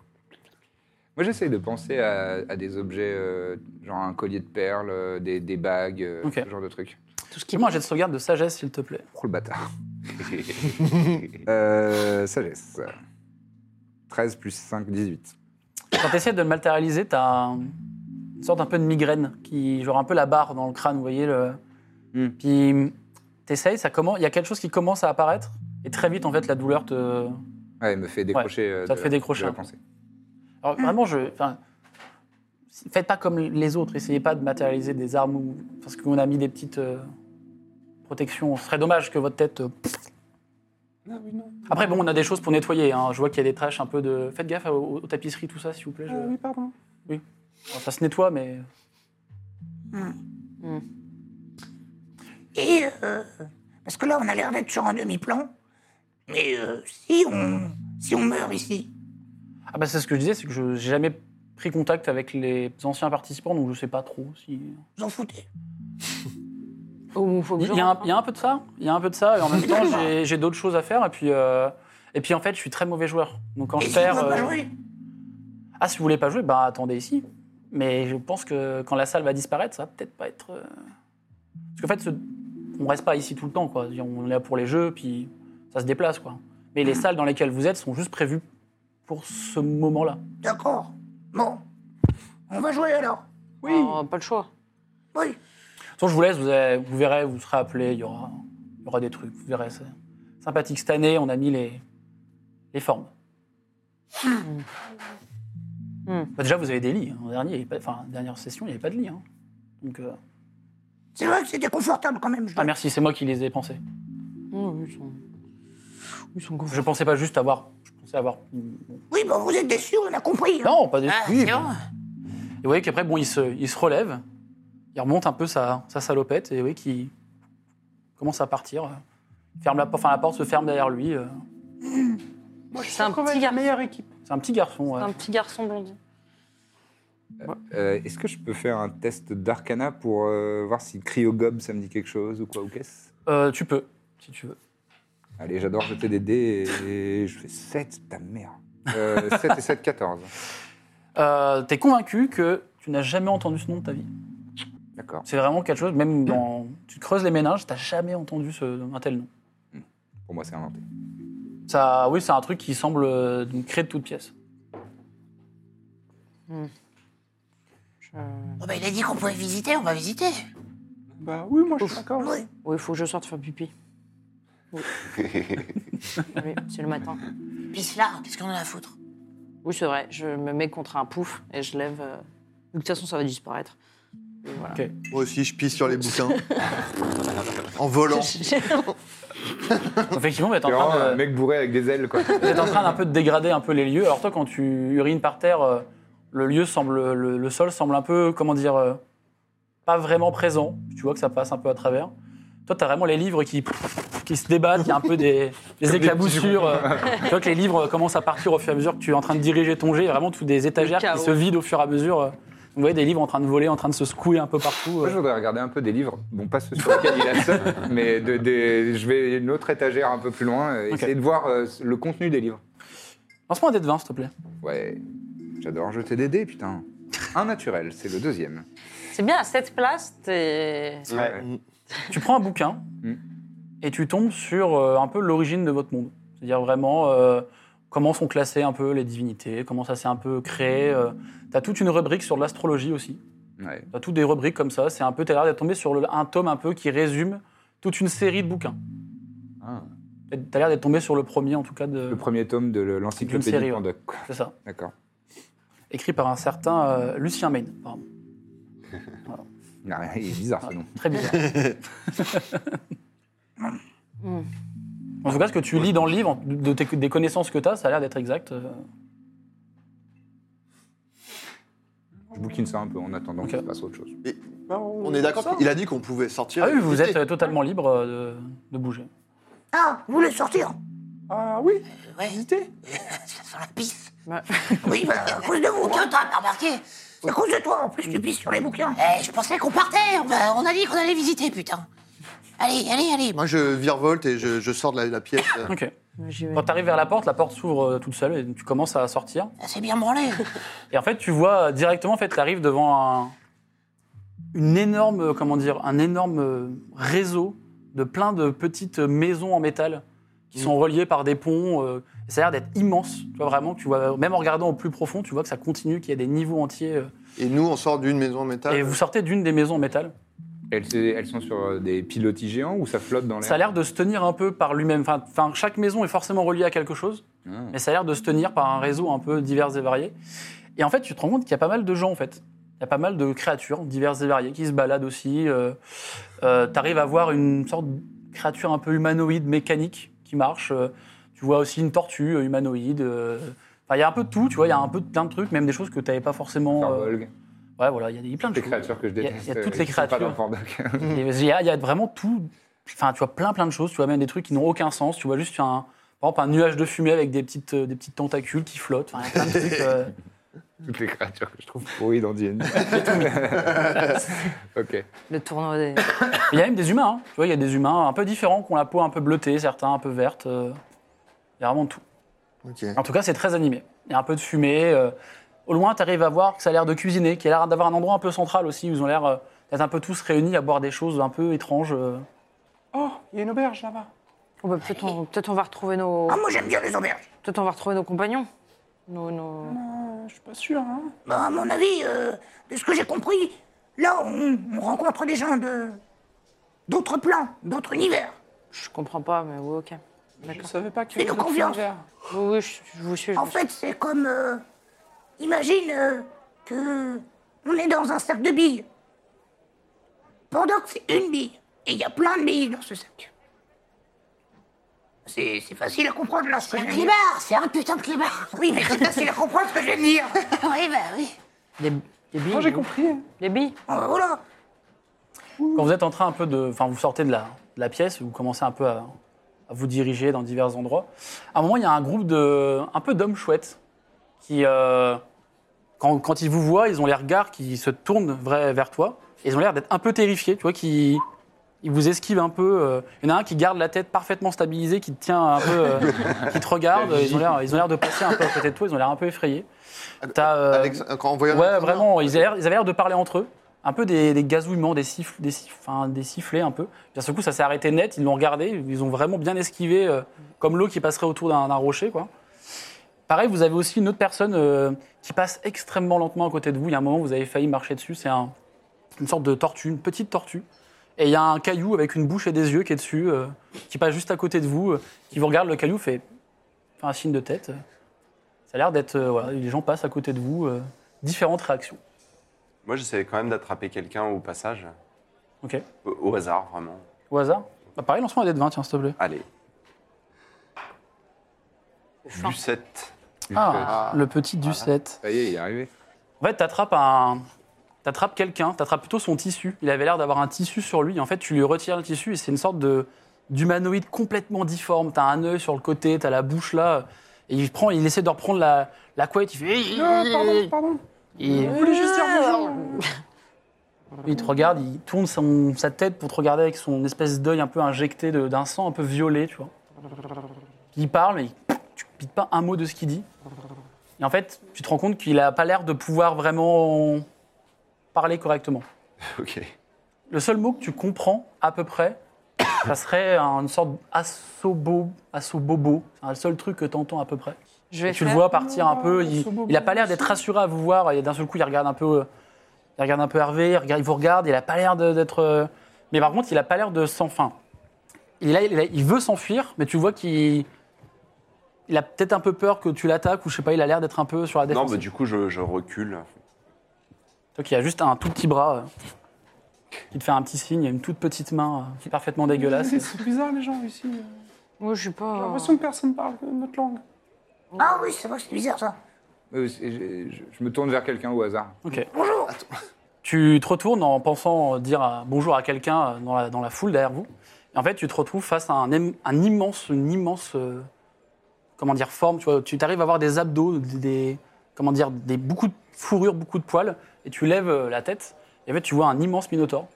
B: Moi, j'essaye de penser à, à des objets, euh, genre un collier de perles, euh, des, des bagues, euh,
A: Ok.
B: ce genre de trucs.
D: Tout ce qui
A: Fais-moi un jet de sauvegarde de sagesse, s'il te plaît.
B: Oh
A: [laughs]
B: le bâtard. euh, sagesse. 13 plus 5, 18.
A: Quand tu essaies de le matérialiser, tu as une sorte un peu de migraine, qui, genre un peu la barre dans le crâne, vous voyez. Le...
B: Hmm.
A: Puis, tu ça commence... il y a quelque chose qui commence à apparaître, et très vite, en fait, la douleur te.
B: Ouais, il me fait décrocher. euh,
A: ça te
B: de-
A: fait décrocher
B: de
A: un
B: la
A: peu.
B: pensée.
A: Alors,
D: Hmm.
A: vraiment, je. enfin, Faites pas comme les autres, essayez pas de matérialiser des armes ou. Parce qu'on a mis des petites euh, protections. Ce serait dommage que votre tête euh,
G: Ah oui, non.
A: Après, bon, on a des choses pour nettoyer. hein. Je vois qu'il y a des trashs un peu de. Faites gaffe aux, aux tapisseries, tout ça, s'il vous plaît.
G: Ah
A: je-
G: oui, pardon.
A: Ça se nettoie, mais.
F: Et euh, parce que là, on a l'air d'être sur un demi-plan. Mais euh, si on si on meurt ici,
A: Ah, bah, c'est ce que je disais, c'est que je n'ai jamais pris contact avec les anciens participants, donc je sais pas trop si.
F: vous en foutez.
D: Oh, faut que
A: Il
D: je
A: y, a un,
D: rentre, Ah,
A: il
F: [laughs]
A: y a un peu de ça, il y a un peu de ça, et en même temps, j'ai- j'ai d'autres choses à faire. Et puis, euh, Et puis en fait, je suis très mauvais joueur. Donc quand
F: Et
A: je
F: si
A: perds.
F: on veut pas
A: euh,
F: jouer
A: Ah, si vous voulez pas jouer, bah attendez ici. Mais je pense que quand la salle va disparaître, ça va peut-être pas être. euh, Parce qu'en fait, ce- on reste pas ici tout le temps, quoi. C'est-à-dire, On est là pour les jeux, puis ça se déplace, quoi. Mais
F: Ah.
A: les salles dans lesquelles vous êtes sont juste prévues pour ce moment-là.
F: D'accord. Bon. On va jouer alors.
A: Oui.
D: Alors, pas le choix.
F: Oui.
A: Sinon, je vous laisse, vous, avez- vous verrez, vous serez appelé, il y aura, il y aura des trucs, vous verrez. C'est sympathique cette année, on a mis les, les formes.
D: Hmm.
A: Bah, déjà, vous avez des lits. hein. En dernier, il y avait pas- enfin, dernière session, il n'y avait pas de lit. hein. Donc, euh,
F: C'est vrai que c'était confortable quand même. je
A: Ah
F: dois-
A: merci, c'est moi qui les ai pensés.
D: Mmh, ils sont... Ils sont
A: Je pensais pas juste avoir... Je pensais avoir... bon.
F: Oui, bon, vous êtes déçus, on a compris. hein.
A: Non, pas du tout.
H: Ah,
A: Oui,
H: c'est bon.
A: Et vous voyez qu'après, bon, il se, il se relève, il remonte un peu sa, sa salopette, et vous voyez qu'il commence à partir. Il Ferme la, por- enfin, la porte se ferme derrière lui. euh.
G: Moi, je suis
D: C'est un
G: sûr qu'on va
D: petit
G: être la
D: garçon.
G: meilleure équipe.
A: C'est un petit garçon. ouais.
D: Un petit garçon blondin.
B: Euh, Est-ce que je peux faire un test d'arcana pour euh, voir si cryogob ça me dit quelque chose ou quoi ou qu'est-ce
A: Euh, tu peux, si tu veux.
B: Allez, j'adore jeter des dés et je fais 7, ta mère. Euh, 7 et 7, 14.
A: Euh, T'es convaincu que tu n'as jamais entendu ce nom de ta vie.
B: D'accord.
A: C'est vraiment quelque chose, même dans... Tu te creuses les méninges, t'as jamais entendu ce, un tel nom.
B: Pour moi, c'est inventé.
A: Ça, oui, c'est un truc qui semble euh, créé de toutes pièces.
H: Oh, bah, il a dit qu'on pouvait visiter, on va visiter.
G: Bah oui, moi, je suis d'accord.
F: Oui.
D: Oui, il faut que je sorte faire pipi. Oui. Oui, c'est le matin.
H: Puis là, qu'est-ce qu'on en a à foutre
D: Oui, c'est vrai. Je me mets contre un pouf et je lève. euh, De toute façon, ça va disparaître. Et voilà.
A: Ok.
C: Moi aussi, je pisse sur les bouquins. en volant.
A: Effectivement, mais t'es en
B: C'est vraiment
A: train
B: euh, un
A: de... euh,
B: mec bourré avec
A: [laughs]
B: des ailes, quoi.
A: Vous êtes en train d'un peu de dégrader un peu les lieux. Alors toi, quand tu urines par terre, euh, le lieu semble, le, le sol semble un peu, comment dire, euh, pas vraiment présent. Tu vois que ça passe un peu à travers. Toi, t'as vraiment les livres qui, qui se débattent, il y a un peu des, des éclaboussures. euh. tu vois que les livres euh, commencent à partir au fur et à mesure que tu es en train de diriger ton jet. Il y a vraiment toutes des étagères
D: chaos.
A: qui se vident au fur et à mesure. euh. Vous voyez des livres en train de voler, en train de se secouer un peu partout.
B: Moi, je
A: euh.
B: voudrais regarder un peu des livres. Bon, pas ceux sur lesquels il a ça, mais de, des- je vais à une autre étagère un peu plus loin et
A: Ok.
B: essayer de voir euh, le contenu des livres.
A: Lance-moi un dé de 20, s'il te plaît.
B: Ouais, j'adore jeter des dés, putain. Un naturel, c'est le deuxième.
D: C'est bien, à cette place, t'es.
E: Ouais.
A: Tu prends un bouquin
B: Mm.
A: et tu tombes sur euh, un peu l'origine de votre monde. C'est-à-dire vraiment euh, comment sont classées un peu les divinités, comment ça s'est un peu créé. tu as toute une rubrique sur l'astrologie aussi.
B: Ouais.
A: Tu as toutes des rubriques comme ça. C'est un peu, tu l'air d'être tombé sur le- un tome un peu qui résume toute une série de bouquins.
B: Ah.
A: Tu as l'air d'être tombé sur le premier en tout cas de.
B: Le premier tome de le-
A: D'une
B: l'encyclopédie
A: série, ouais.
B: Pandoc, quoi.
A: C'est ça.
B: D'accord.
A: Écrit par un certain euh, Lucien Maine. apparemment.
B: Non, Il est bizarre ce nom.
A: Très bizarre.
D: Mm.
A: En tout cas, ce que tu lis dans le livre, en- de tes- des connaissances que tu as, ça a l'air d'être exact. euh,
B: Je bouquine ça un peu en attendant
A: Ok.
B: qu'il se passe autre chose.
G: Bah,
C: On est d'accord Il a dit qu'on pouvait sortir.
A: Ah
C: et
A: oui, vous
C: visiter.
A: êtes euh, totalement libre euh, de, de bouger.
F: Ah, vous voulez sortir
G: Ah oui,
H: Ouais,
F: [laughs]
G: visiter.
H: ça sent la pisse.
F: Oui, bah, à cause de vous.
H: Aucun temps à pas remarqué.
F: C'est à cause de toi, en plus, tu pisses sur les bouquins.
H: Eh, je pensais qu'on partait. On a- on a dit qu'on allait visiter, putain. Allez, allez, allez.
C: Moi, je virevolte et je, je sors de la,
A: [laughs]
C: la pièce.
A: Ok.
D: Ouais, j'y vais.
A: Quand tu arrives vers la porte, la porte s'ouvre euh, toute seule et tu commences à sortir.
H: Ça s'est bien branlé.
A: Et en fait, tu vois euh, directement, en fait, t'arrives devant un, une énorme, euh, comment dire, un énorme euh, réseau de plein de petites euh, maisons en métal qui sont reliées par des ponts. euh, et ça a l'air d'être immense. Tu vois vraiment, que tu vois, euh, même en regardant au plus profond, tu vois que ça continue, qu'il y a des niveaux entiers. euh,
C: Et nous, on sort d'une maison en métal.
A: et vous sortez d'une des maisons en métal.
B: Elles, c'est- elles sont sur euh, des pilotis géants ou ça flotte dans l'air
A: Ça a l'air de se tenir un peu par lui-même. Enfin, enfin, chaque maison est forcément reliée à quelque chose.
B: Ah.
A: Mais ça a l'air de se tenir par un réseau un peu divers et varié. Et en fait, tu te rends compte qu'il y a pas mal de gens, en fait. Il y a pas mal de créatures diverses et variées qui se baladent aussi. tu arrives à voir une sorte de créature un peu humanoïde, mécanique, qui marche. Euh, tu vois aussi une tortue euh, humanoïde. euh. Enfin, il y a un peu de tout, tu vois. Il y a un peu de plein de trucs, même des choses que tu n'avais pas forcément... euh,
B: Farbolg,
A: Ouais, voilà, il y a des- plein de
B: des
A: choses.
B: créatures que je
A: Il y a-
B: déteste.
A: il y a
B: euh,
A: toutes
B: qui
A: les
B: sont pas dans
A: créatures.
B: Pandoc.
A: Et Il y, a- il y a vraiment tout. Enfin, tu vois plein plein de choses. Tu vois même des trucs qui n'ont aucun sens. Tu vois juste un, par exemple, un nuage de fumée avec des petites, euh, des petites tentacules qui flottent. Enfin, il y a plein de trucs. euh.
B: [laughs] toutes les créatures que je trouve pourries
A: [laughs]
B: dans D&D. ok.
D: Le tournoi des.
A: Il y a même des humains. hein. Tu vois, il y a des humains un peu différents qui ont la peau un peu bleutée, certains un peu verte. euh. Il Il y a vraiment tout.
C: Ok.
A: En tout cas, c'est très animé. Il y a un peu de fumée. euh, au loin, tu arrives à voir que ça a l'air de cuisiner, qu'il y a l'air d'avoir un endroit un peu central aussi, où ils ont l'air euh, d'être un peu tous réunis à boire des choses un peu étranges. euh.
G: Oh, il y a une auberge là-bas.
D: Oh, bah, peut-être on, peut-être on va retrouver nos,
F: Ah, moi j'aime bien les auberges.
D: peut-être on va retrouver nos compagnons. Nos, nos-
G: Euh, je suis pas sûr, hein.
F: Bah, à mon avis, euh, de ce que j'ai compris, là on, on rencontre des gens de d'autres plans, d'autres univers.
D: Je comprends pas, mais oui, ok.
G: Je savais pas que.
F: Fais-nous
G: vous étiez
F: confiance.
G: ouvert.
D: Oui, oui, je, je vous suis. je
F: En
D: vous suis.
F: fait, c'est comme. euh, imagine euh, que on est dans un sac de billes. Pendant que c'est une bille. Et il y a plein de billes dans ce sac. C'est c'est facile à comprendre là ce que je viens de dire.
H: Clébard, c'est un putain de clébard.
F: Oui, mais c'est facile à comprendre ce que je viens de dire.
H: [laughs] oui, bah oui.
D: Les, les billes.
G: Moi, j'ai
D: oui.
G: compris. hein.
D: Les billes.
F: Bon, bah, voilà.
A: Quand vous êtes en train un peu de. Enfin, vous sortez de la, de la pièce, vous commencez un peu à, à vous diriger dans divers endroits. À un moment, il y a un groupe de. un peu d'hommes chouettes qui. euh, quand, quand ils vous voient, ils ont les regards qui se tournent vrai- vers toi. Et ils ont l'air d'être un peu terrifiés, tu vois, qui. Ils vous esquivent un peu. euh. Il y en a un qui garde la tête parfaitement stabilisée, qui te tient un peu, euh, qui te regarde. Ils ont l'air, ils ont l'air de passer un peu à côté de toi. Ils ont l'air un peu effrayés. T'as, euh,
C: Alex- quand en voyant
A: Ouais,
C: Alexander,
A: vraiment, ils avaient l'air- ils avaient l'air de parler entre eux. Un peu des, des gazouillements, des, siffles, des, siffles, enfin, des sifflets un peu. D'un seul coup, ça s'est arrêté net, ils l'ont regardé, ils ont vraiment bien esquivé, euh, comme l'eau qui passerait autour d'un d'un rocher. Quoi. Pareil, vous avez aussi une autre personne euh, qui passe extrêmement lentement à côté de vous. Il y a un moment, vous avez failli marcher dessus, c'est un- une sorte de tortue, une petite tortue. Et il y a un caillou avec une bouche et des yeux qui est dessus, euh, qui passe juste à côté de vous, euh, qui vous regarde, le caillou fait, fait un signe de tête. Ça a l'air d'être... euh, voilà, les gens passent à côté de vous, euh, différentes réactions.
E: Moi, j'essayais quand même d'attraper quelqu'un au passage.
A: Ok.
E: Au, au hasard, vraiment.
A: Au hasard bah, Pareil, lance-moi un dé de 20, tiens, s'il te plaît.
E: Allez.
D: Enfin.
E: Du 7.
A: Ah, le petit du 7.
B: euh, Ça y est, il est arrivé.
A: En fait, t'attrapes un. T'attrapes quelqu'un, t'attrapes plutôt son tissu. Il avait l'air d'avoir un tissu sur lui. En fait, tu lui retires le tissu et c'est une sorte de d'humanoïde complètement difforme. T'as un œil sur le côté, t'as la bouche là. Et il prend, il essaie de reprendre la, la couette. Il fait.
F: Oh,
G: Non, pardon, pardon.
A: Et-
G: Je voulais juste dire bonjour.
A: Il te regarde, il tourne son- sa tête pour te regarder avec son espèce d'œil un peu injecté de- d'un sang un peu violet, tu vois. Il parle, mais il- tu pites pas un mot de ce qu'il dit. Et en fait, tu te rends compte qu'il a pas l'air de pouvoir vraiment parler correctement.
E: [laughs] Ok.
A: Le seul mot que tu comprends à peu près, ça serait une sorte d'assobo, assobobo. C'est le seul truc que tu entends à peu près.
D: Je vais
A: Et tu le
D: faire-
A: vois partir un peu. Il,
G: Assobobo,
A: il a pas l'air d'être rassuré à vous voir. Et d'un seul coup, il regarde un peu, euh, il regarde un peu Hervé. Il, regarde- il vous regarde. Il a pas l'air de- d'être. euh, Mais par contre, il a pas l'air de sans fin. Il, a- il a- il veut s'enfuir, mais tu vois qu'il il a peut-être un peu peur que tu l'attaques ou je sais pas. Il a l'air d'être un peu sur la
E: Non,
A: défense.
E: bah, du coup, je, je recule.
A: Donc il y a juste un tout petit bras euh, qui te fait un petit signe, une toute petite main euh, parfaitement dégueulasse.
B: [laughs]
A: Ah.
G: C'est- C'est bizarre, les gens ici.
D: Moi, je suis
G: J'ai
D: pas.
G: l'impression que personne parle notre langue.
F: Ah oui, c'est vrai que c'est bizarre ça.
B: Euh, c'est- Je, je- je me tourne vers quelqu'un au hasard.
A: Ok.
F: Bonjour.
A: Tu te retournes en pensant dire euh, bonjour à quelqu'un euh, dans la, dans la foule derrière vous. Et en fait, tu te retrouves face à un, im- un immense, une immense, euh, comment dire, forme. Tu vois, tu arrives à avoir des abdos, des, des- comment dire, des beaucoup de fourrure, beaucoup de poils. Et tu lèves euh, la tête. Et en fait, tu vois un immense minotaure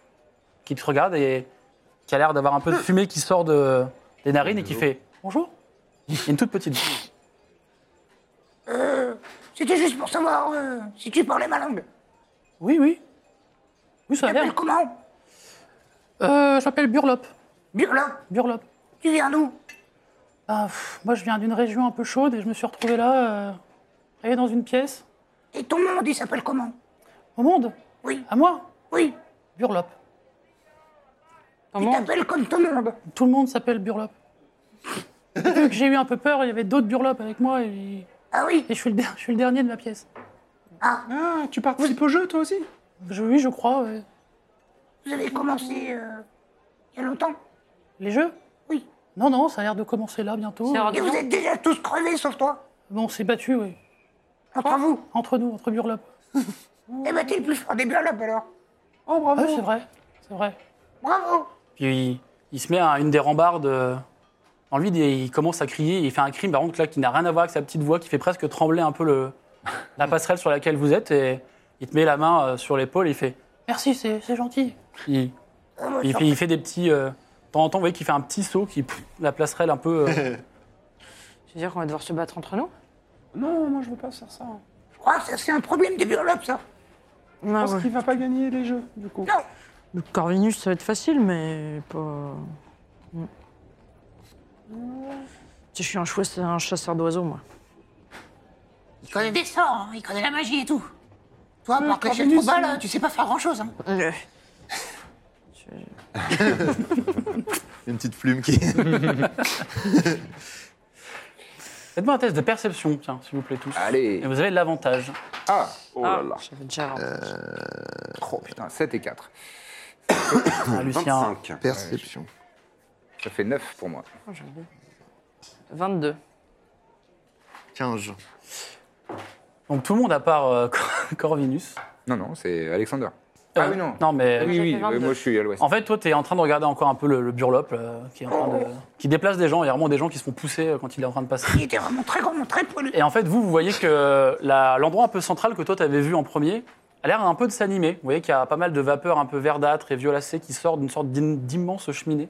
A: qui te regarde et qui a l'air d'avoir un peu de fumée qui sort de, des narines et qui fait bonjour. Il y a une toute petite. voix.
F: Euh, C'était juste pour savoir euh, si tu parlais ma langue.
A: Oui, oui. Oui, ça a
F: T'appelles
A: l'air.
F: comment
A: Euh, je m'appelle Burlop.
F: Burla,
A: Burlop.
F: tu viens d'où
A: Ah, pff, moi, je viens d'une région un peu chaude et je me suis retrouvé là, euh, réveillé dans une pièce.
F: Et ton monde, il s'appelle comment
A: Au monde
F: Oui,
A: À moi
F: oui.
A: Burlop.
F: Il t'appelle comme ton monde.
A: Tout le monde s'appelle Burlop. Et Vu que j'ai eu un peu peur, il y avait d'autres Burlop avec moi et,
F: Ah oui,
A: et je, suis le der- je suis le dernier de la pièce.
G: Ah, tu participes au jeu, toi aussi
A: Je- oui, je crois. ouais.
F: vous avez commencé euh, il y a longtemps.
A: Les jeux
F: Oui.
A: Non, non, ça a l'air de commencer là bientôt.
D: C'est
F: Et vous êtes déjà tous crevés sauf toi.
A: Bon, on s'est battu, oui.
F: Entre vous.
A: Entre nous, entre Burlop.
F: Eh ben, t'es le plus fort des biolopes alors.
G: Oh, bravo.
A: Ouais, c'est vrai. C'est vrai.
F: Bravo.
A: Puis il, il se met à une des rambardes euh, dans le vide et il commence à crier. Il fait un cri, par contre, là, qui n'a rien à voir avec sa petite voix, qui fait presque trembler un peu le, [laughs] la passerelle sur laquelle vous êtes. Et il te met la main euh, sur l'épaule et il fait Merci, c'est c'est gentil. Il,
F: Ah, moi,
A: il
F: je-
A: fait, il fait des petits. euh, de temps en temps, vous voyez qu'il fait un petit saut qui pff, la passerelle un peu. euh,
D: veux dire qu'on va devoir se battre entre nous
G: Non, moi je veux pas faire ça.
F: Je crois que ah, ça, c'est un problème de biologue, ça.
G: Je pense qu'il va pas gagner les jeux, du coup.
D: Le Corvinus, ça va être facile, mais pas. Mm. Je suis un, chouasse- un chasseur d'oiseaux, moi.
H: Il connaît des sorts, hein, il connaît la magie et tout. Toi,
G: Le
H: par que chez
G: Corvinus,
H: Trouble,
G: euh,
H: tu sais Mmh, pas faire grand-chose. Hein.
D: Euh,
C: Une petite plume
A: [laughs]
C: qui.
A: Faites-moi un test de perception, tiens, s'il vous plaît, tous.
B: Allez.
A: Et vous avez de l'avantage.
B: Ah, oh
D: ah,
B: là là.
D: J'avais déjà.
B: Oh putain, 7 et 4.
A: Ah, Lucien,
E: 25.
C: Perception.
B: Ça fait 9 pour moi.
D: 22.
C: 15.
A: donc tout le monde à part euh, [laughs] Cor- Corvinus.
B: Non, non, c'est Alexander.
A: Euh,
B: Ah oui, non.
A: Non, mais
B: oui, oui,
D: j'ai fait 22.
B: moi je suis à l'ouest.
A: en fait, toi, tu es en train de regarder encore un peu le, le burlop euh, qui, est en train de- qui déplace des gens. Il y a vraiment des gens qui se font pousser euh, quand il est en train de passer.
F: Il était vraiment très grand, très poilu.
A: Et en fait, vous, vous voyez que la- l'endroit un peu central que toi, t'avais vu en premier a l'air un peu de s'animer. Vous voyez qu'il y a pas mal de vapeur un peu verdâtre et violacée qui sort d'une sorte d'im- d'immense cheminée.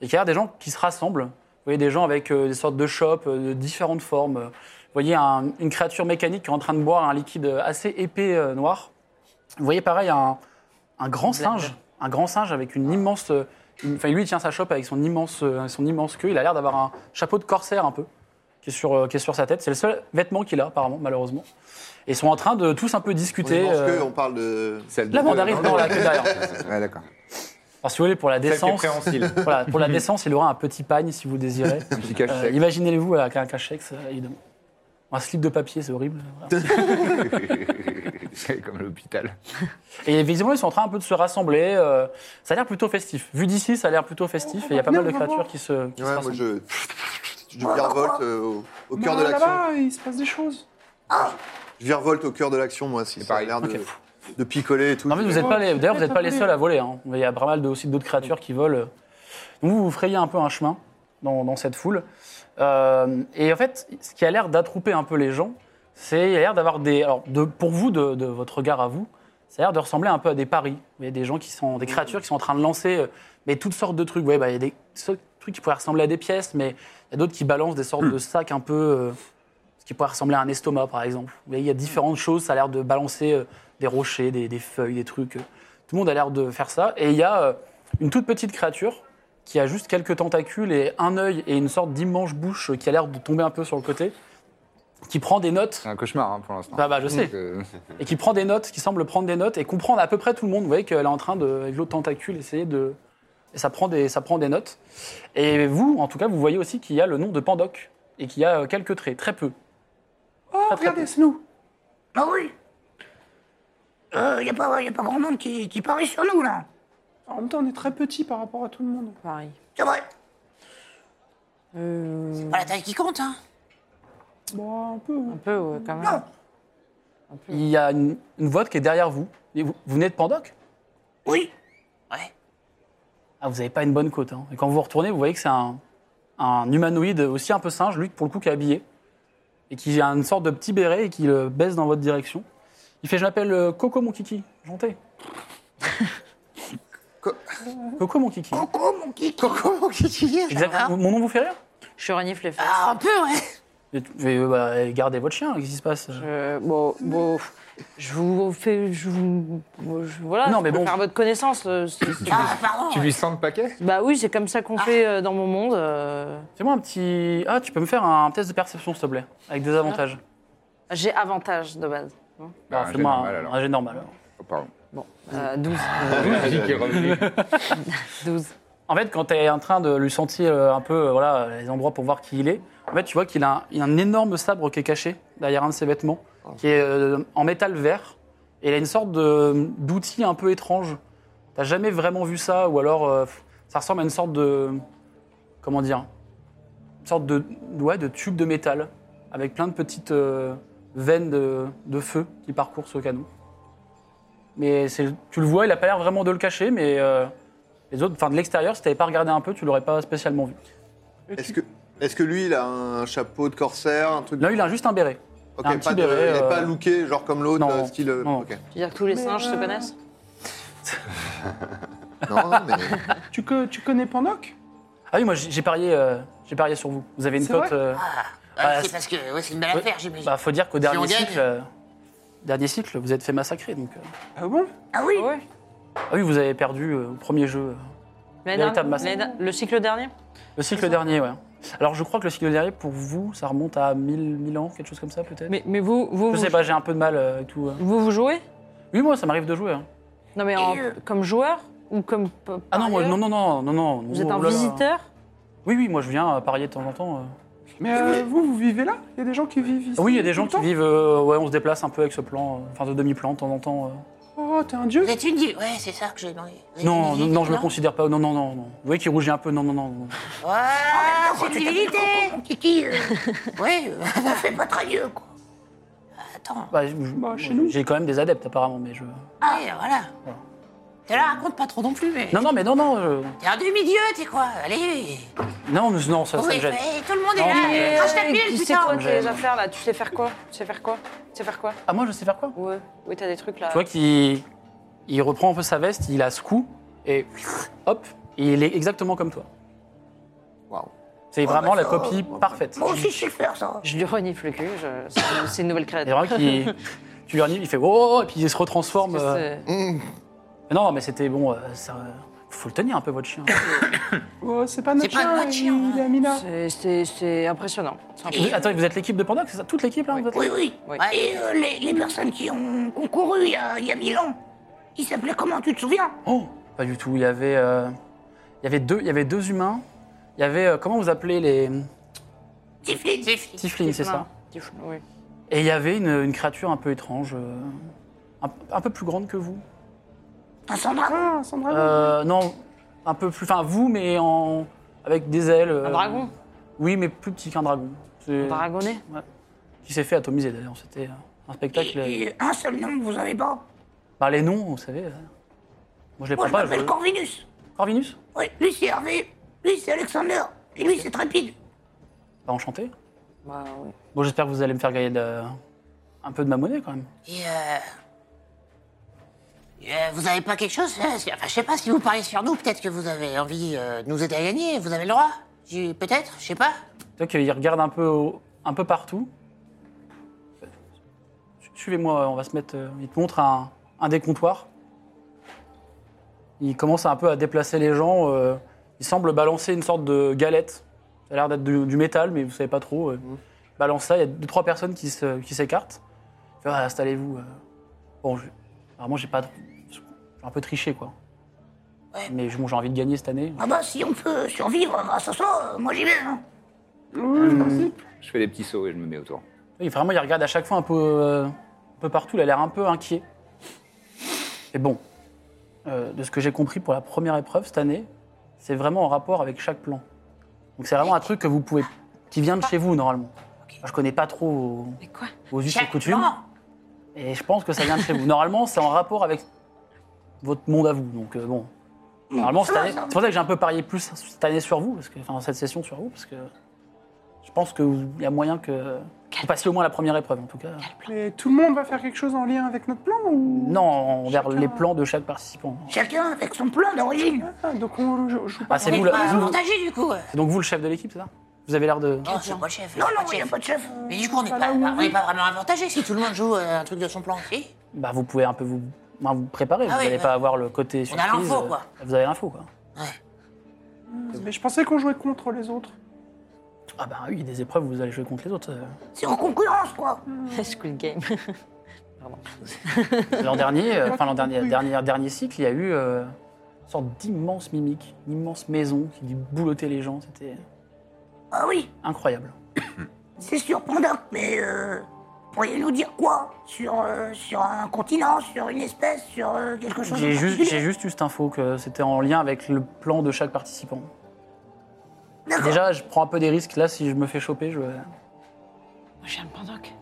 A: Et qu'il y a des gens qui se rassemblent. Vous voyez des gens avec euh, des sortes de chopes euh, de différentes formes. Vous voyez un- une créature mécanique qui est en train de boire un liquide assez épais euh, noir. Vous voyez pareil un, un grand singe, un grand singe avec une immense... euh, une- Enfin, lui, il tient sa chope avec son immense, euh, son immense queue. Il a l'air d'avoir un chapeau de corsaire un peu qui est sur, euh, qui est sur sa tête. C'est le seul vêtement qu'il a, apparemment, malheureusement. Et ils sont en train de tous un peu
C: On
A: discuter.
C: pense
A: euh,
C: qu'on parle de.
B: Celle de-
A: La mandarine, non, la queue derrière.
B: Ouais, d'accord.
A: Alors, si vous voulez, pour la
B: Celle qui est
A: décence,
B: préhensile.
A: voilà, pour la décence, il aura un petit pagne, si vous le désirez.
B: [laughs] Un petit cache
A: Euh, Imaginez-vous avec un cachex, euh, évidemment. Un slip de papier, c'est horrible. vraiment.
B: [laughs] C'est comme à l'hôpital.
A: Et visiblement, ils sont en train un peu de se rassembler. euh, ça a l'air plutôt festif. Vu d'ici, ça a l'air plutôt festif. Et il y a pas mal de créatures qui se, qui se
C: Ouais, moi
A: rassemblent.
C: je. Je virevolte euh, au, au cœur de
G: Bah,
C: l'action.
G: Là-bas, il se passe des choses.
C: Je virevolte au cœur de l'action, moi, si ça a
B: pareil.
C: l'air de,
A: Ok.
C: de picoler et tout.
A: Non, mais vous
G: Ouais,
A: êtes pas les. D'ailleurs, vous
G: peut-être
A: n'êtes pas les
G: voler.
A: seuls à voler. hein. Il y a pas mal de, aussi d'autres créatures qui volent. Donc vous vous frayez un peu un chemin dans, dans cette foule. Euh, et en fait, ce qui a l'air d'attrouper un peu les gens, c'est il a l'air d'avoir des. Alors de, pour vous, de, de votre regard à vous, ça a l'air de ressembler un peu à des paris. Il y a des gens qui sont des créatures qui sont en train de lancer, euh, mais toutes sortes de trucs. Ouais, bah, il y a des so- trucs qui pourraient ressembler à des pièces, mais il y a d'autres qui balancent des sortes de sacs un peu. euh, ce qui pourrait ressembler à un estomac, par exemple. Vous voyez, il y a différentes choses. Ça a l'air de balancer euh, des rochers, des, des feuilles, des trucs. euh. Tout le monde a l'air de faire ça. Et il y a euh, une toute petite créature qui a juste quelques tentacules et un œil et une sorte d'immense bouche qui a l'air de tomber un peu sur le côté, qui prend des notes.
B: C'est un cauchemar hein, pour l'instant.
A: Bah, bah, je sais.
B: Donc, euh,
A: Et qui prend des notes, qui semble prendre des notes et comprendre à peu près tout le monde. Vous voyez qu'elle est en train de, avec l'autre tentacule, essayer de. Et ça prend, des, ça prend des notes. Et vous, en tout cas, vous voyez aussi qu'il y a le nom de Pandoc et qu'il y a euh, quelques traits, très peu.
G: Oh,
A: Pas très
G: regardez, c'est nous.
F: Ah oui Il n'y a, pas- y a pas grand monde qui, qui parie sur nous, là.
G: En même temps, on est très petit par rapport à tout le monde.
D: Pareil.
F: C'est vrai.
D: Euh,
H: Pas la taille qui compte. Hein.
G: Bon, un peu.
D: un peu, ouais, quand même.
F: Non.
A: Il y a une, une voix qui est derrière vous. Et vous, vous venez de Pandoc
F: Oui.
A: Ah, vous n'avez pas une bonne côte. hein. Et quand vous vous retournez, vous voyez que c'est un, un humanoïde aussi un peu singe, lui, pour le coup, qui est habillé. Et qui a une sorte de petit béret et qui le baisse dans votre direction. Il fait Je m'appelle euh, Coco mon kiki.
B: [laughs]
A: Janté.
C: Co-
A: Coco mon kiki.
F: Coco, mon kiki.
H: Coco, mon kiki.
A: Exact-
H: ça va.
A: Mon nom vous fait rire
D: Je renifle les fesses.
H: Ah, un peu, ouais.
A: mais, mais, euh, bah, Gardez votre chien, qu'est-ce qui se passe
D: Je- bon, bon, je vous fais, je vous, bon, je- voilà,
A: Non,
D: je
A: mais
D: peux
A: bon.
D: faire votre connaissance. euh, c'est- c'est-
H: Ah, pardon.
B: Tu lui sens le
G: Ah,
B: paquet
D: bah oui, c'est comme ça qu'on fait euh, dans mon monde. euh.
A: Fais-moi un petit. Ah, tu peux me faire un test de perception, s'il te plaît, avec des avantages.
D: J'ai avantage de base. hein.
B: Bah, Ah. un jet
A: fais-moi
B: normal, alors.
A: un jet normal. alors.
B: Oh, pardon.
D: Euh, 12.
B: Logique est [laughs] revenu.
D: 12.
A: En fait, quand tu es en train de lui sentir euh, un peu euh, voilà, euh, les endroits pour voir qui il est, en fait, tu vois qu'il a, un- il a un énorme sabre qui est caché derrière un de ses vêtements, qui est euh, en métal vert. Et il a une sorte de- d'outil un peu étrange. T'as jamais vraiment vu ça, ou alors euh, ça ressemble à une sorte de. Comment dire Une sorte de, ouais, de tube de métal, avec plein de petites euh, veines de, de feu qui parcourent ce canon. Mais c'est- tu le vois, il a pas l'air vraiment de le cacher, mais. euh, les autres, enfin de l'extérieur, si t'avais pas regardé un peu, tu l'aurais pas spécialement vu.
C: Est-ce que, est que lui, il a un chapeau de corsaire, un truc.
A: Là, il a juste un béret.
C: Ok,
A: un petit
C: pas de-
A: béret,
C: il n'est
A: euh,
C: pas looké, genre comme l'autre,
A: non,
C: euh, style. euh,
A: non.
C: ok.
D: Tu veux dire que tous les singes se connaissent
C: Non, non, mais.
A: [laughs]
G: Tu, co- tu connais Pandoc
A: Ah oui, moi j'ai j'ai parié, euh, j'ai parié sur vous. Vous avez une
G: C'est
A: cote.
G: vrai
A: euh, Bah,
H: Ah, c'est parce que ouais, c'est une belle
A: Ouais.
H: affaire, j'imagine.
A: Bah, faut dire qu'au
H: on
A: dernier
H: gagne.
A: cycle, euh, dernier cycle, vous êtes fait massacrer. Donc, euh,
G: Ah bon
H: ah oui
D: Ouais.
A: ah oui, vous avez perdu euh, au premier jeu.
D: L'année
A: Véritable
D: dernière-
A: massacre.
D: l'année- Le cycle dernier
A: Le cycle dernier, ouais. Alors, je crois que le cycle dernier, pour vous, ça remonte à 1000, 1000 ans, quelque chose comme ça, peut-être.
D: mais, mais vous, vous,
A: Je sais
D: vous,
A: pas, j'ai un peu de mal euh, et tout. euh.
D: vous, vous jouez
A: Oui, moi, ça m'arrive de jouer. hein.
D: Non, mais en- comme joueur Ou comme. p-
A: Ah non, moi,
D: parieur
A: non, non, non, non, non.
D: Vous
A: non,
D: êtes un
A: oh là là.
D: visiteur
A: Oui, oui, moi, je viens euh, parier de temps en temps. euh.
G: Mais euh, vous, vous vivez là Il y a des gens qui vivent ici
A: Ah Oui, il y a des
G: tout
A: gens
G: le
A: qui
G: temps
A: vivent. euh, ouais, on se déplace un peu avec ce plan, euh, enfin, de demi-plan, de temps en temps. euh.
G: Oh, t'es un dieu
H: Vous êtes une dieu Ouais, c'est ça que j'ai demandé. Vous êtes
A: Non,
H: une
A: non,
H: divinité,
A: non, je me considère pas. Non, non, non, non. Vous voyez qu'il rougit un peu. Non, non, non. non.
F: Ah,
H: Ouais, Ah, c'est une divinité
F: Mon kiki, euh,
H: [laughs]
F: [laughs]
H: Ouais, euh,
F: on fait pas très vieux, quoi.
H: attends.
A: Bah, je-
G: chez nous.
A: J'ai quand même des adeptes apparemment, mais je.
H: Ah, Ouais, voilà. Tu la racontes pas trop non plus, mais.
A: Non, non, mais non, non. je-
H: T'es un demi-dieu, t'es quoi Allez
A: Non, mais non, ça, ça
H: Oui,
A: me gêne.
H: mais tout le monde est
A: Non,
F: Eh,
H: là
D: Ah,
A: mais- euh,
H: Crache ta
D: Tu
H: pile,
D: sais
H: putain
D: quoi
A: me
D: tes
A: gêne.
D: affaires là Tu sais faire quoi Tu sais faire quoi Tu sais faire quoi
A: Ah, moi, je sais faire quoi
D: Ouais. Oui, t'as des trucs là.
A: Tu vois qu'il il reprend un peu sa veste, il a ce coup et hop, et il est exactement comme toi.
C: Waouh.
A: C'est vraiment la
C: ça,
A: copie
C: ouais.
A: parfaite.
F: Moi aussi, je sais le faire, ça.
D: Je lui renifle le cul. je- c'est une- C'est une nouvelle
A: C'est
D: créature.
A: vraiment
D: [laughs]
A: qu'il tu lui renifles, il fait oh, oh, oh, et puis il se retransforme.
D: Parce que
A: euh.
D: c'est-
C: Mmh.
A: Mais Non, mais c'était bon. euh, ça, euh, faut le tenir un peu votre
G: [coughs]
A: chien.
G: Oh, c'est pas notre
H: C'est pas
G: chien,
H: notre chien,
G: il- il est à Mina.
D: c'est- c'est- C'est impressionnant. C'est
A: Vous-
D: impressionnant.
A: Attends, vous êtes l'équipe de Pandoc, c'est ça Toute l'équipe là vous êtes là
F: Oui, oui.
D: Oui.
F: Et euh, les, les personnes qui ont concouru il y a, il y a mille ans, ils s'appelaient comment, tu te souviens
A: Oh, pas du tout. Il y avait, euh, il y avait deux, il y avait deux humains. Il y avait euh, comment vous appelez les
F: Tiflin.
A: Tiflins, c'est ça Euh,
D: Du fou- Oui.
A: Et il y avait une, une créature un peu étrange, euh, un, un peu plus grande que vous.
F: Un Sandra.
G: Ah, Sandra.
A: Euh, non, un peu plus, enfin vous, mais en avec des ailes. euh,
D: Un dragon
A: Oui, mais plus petit qu'un dragon. C'est-
D: Un dragonnet
A: Qui s'est fait atomiser d'ailleurs. C'était euh, un spectacle.
F: Et, et un seul nom que vous avez pas.
A: Bah, les noms, vous savez. euh, Moi je les
F: Moi,
A: prends
F: je
A: pas. je-
F: m'appelle Corvinus.
A: Corvinus.
F: Oui, lui, c'est Hervé. Lui, c'est Alexander. Et lui, c'est Trépide.
A: Bah, enchanté.
D: Bah oui.
A: Bon, j'espère que vous allez me faire gagner de- un peu de ma monnaie quand même.
H: Et euh... euh, vous avez pas quelque chose euh, c'est- Enfin, je sais pas, si vous parlez sur nous, peut-être que vous avez envie euh, de nous aider à gagner, vous avez le droit J'ai- Peut-être, je sais pas.
A: Tu vois qu'il euh, regarde un peu, au- un peu partout. Su- Suivez-moi, on va se mettre. euh, Il te montre un, un des comptoirs. Il commence un peu à déplacer les gens. euh, il semble balancer une sorte de galette. Ça a l'air d'être du, du métal, mais vous savez pas trop. euh. Balance ça, il y a deux, trois personnes qui se- qui s'écartent. Il fait, Ah, installez-vous. euh. Bon, je- vraiment, j'ai pas. trop- J'ai un peu triché, quoi. Mais bon, j'ai envie de gagner cette année.
F: Ah bah, si on peut survivre grâce à ça, euh, moi, j'y vais. hein.
B: Je fais des petits sauts et je me mets autour.
A: Oui, vraiment, il regarde à chaque fois un peu, euh, un peu partout. Il a l'air un peu inquiet. Et bon, euh, de ce que j'ai compris pour la première épreuve cette année, c'est vraiment en rapport avec chaque plan. Donc c'est vraiment un truc que vous pouvez, qui vient de chez vous normalement. Je connais pas trop vos,
D: Mais [laughs] quoi
A: vos us et
H: Chaque
A: coutumes,
H: plan.
A: et je pense que ça vient de chez vous. Normalement, c'est en rapport avec votre monde à vous. Donc euh, bon, normalement cette année, c'est pour ça que j'ai un peu parié plus cette année sur vous, parce que enfin cette session sur vous, parce que je pense qu'il y a moyen que vous passiez au moins la première épreuve en tout cas.
G: Mais tout le monde va faire quelque chose en lien avec notre plan ou...
A: Non, envers
G: Chacun-
A: les plans de chaque participant.
F: Chacun avec son plan d'origine.
G: Ah, donc on le joue joue pas.
A: Ah, c'est
H: On
A: vous,
H: est
A: le-
H: pas
A: vous-
H: avantagé, du coup. euh.
A: c'est donc vous le chef de l'équipe, c'est ça Vous avez l'air de. Ah,
H: Non, je suis pas le chef. je
F: Non,
H: suis
F: non,
H: pas le
F: il n'y a
H: chef.
F: pas de chef.
H: Mais du coup, on n'est
G: Pas
H: pas,
G: là où on
H: on est
G: vit.
H: Ah pas vraiment avantagé si tout le monde joue euh, un truc de son plan. Si.
A: Bah, vous pouvez un peu vous, bah, vous préparer.
H: Ah
A: vous
H: oui,
A: n'allez
H: ouais.
A: pas avoir le côté
H: On a
A: surprise.
H: l'info,
A: euh,
H: quoi.
A: Vous avez l'info, quoi.
G: Mais je pensais qu'on jouait contre les autres.
A: Ah bah oui, des épreuves, vous allez jouer contre les autres. euh.
F: C'est en concurrence, quoi.
D: Squid Game.
A: L'an dernier, euh, enfin l'an dernier, dernier, dernier cycle, il y a eu euh, une sorte d'immense mimique, une immense maison qui boulottait les gens. C'était
F: Ah oui,
A: incroyable.
F: c'est sur Pandoc, mais euh, pourriez-nous dire quoi sur, euh, sur un continent, sur une espèce, sur euh, quelque chose
A: J'ai
F: en [laughs]
A: juste,
F: particulier
A: j'ai juste eu cette info que c'était en lien avec le plan de chaque participant.
F: D'accord.
A: Déjà, je prends un peu des risques. Là, si je me fais choper, je.
D: Moi, je viens de Pandoc.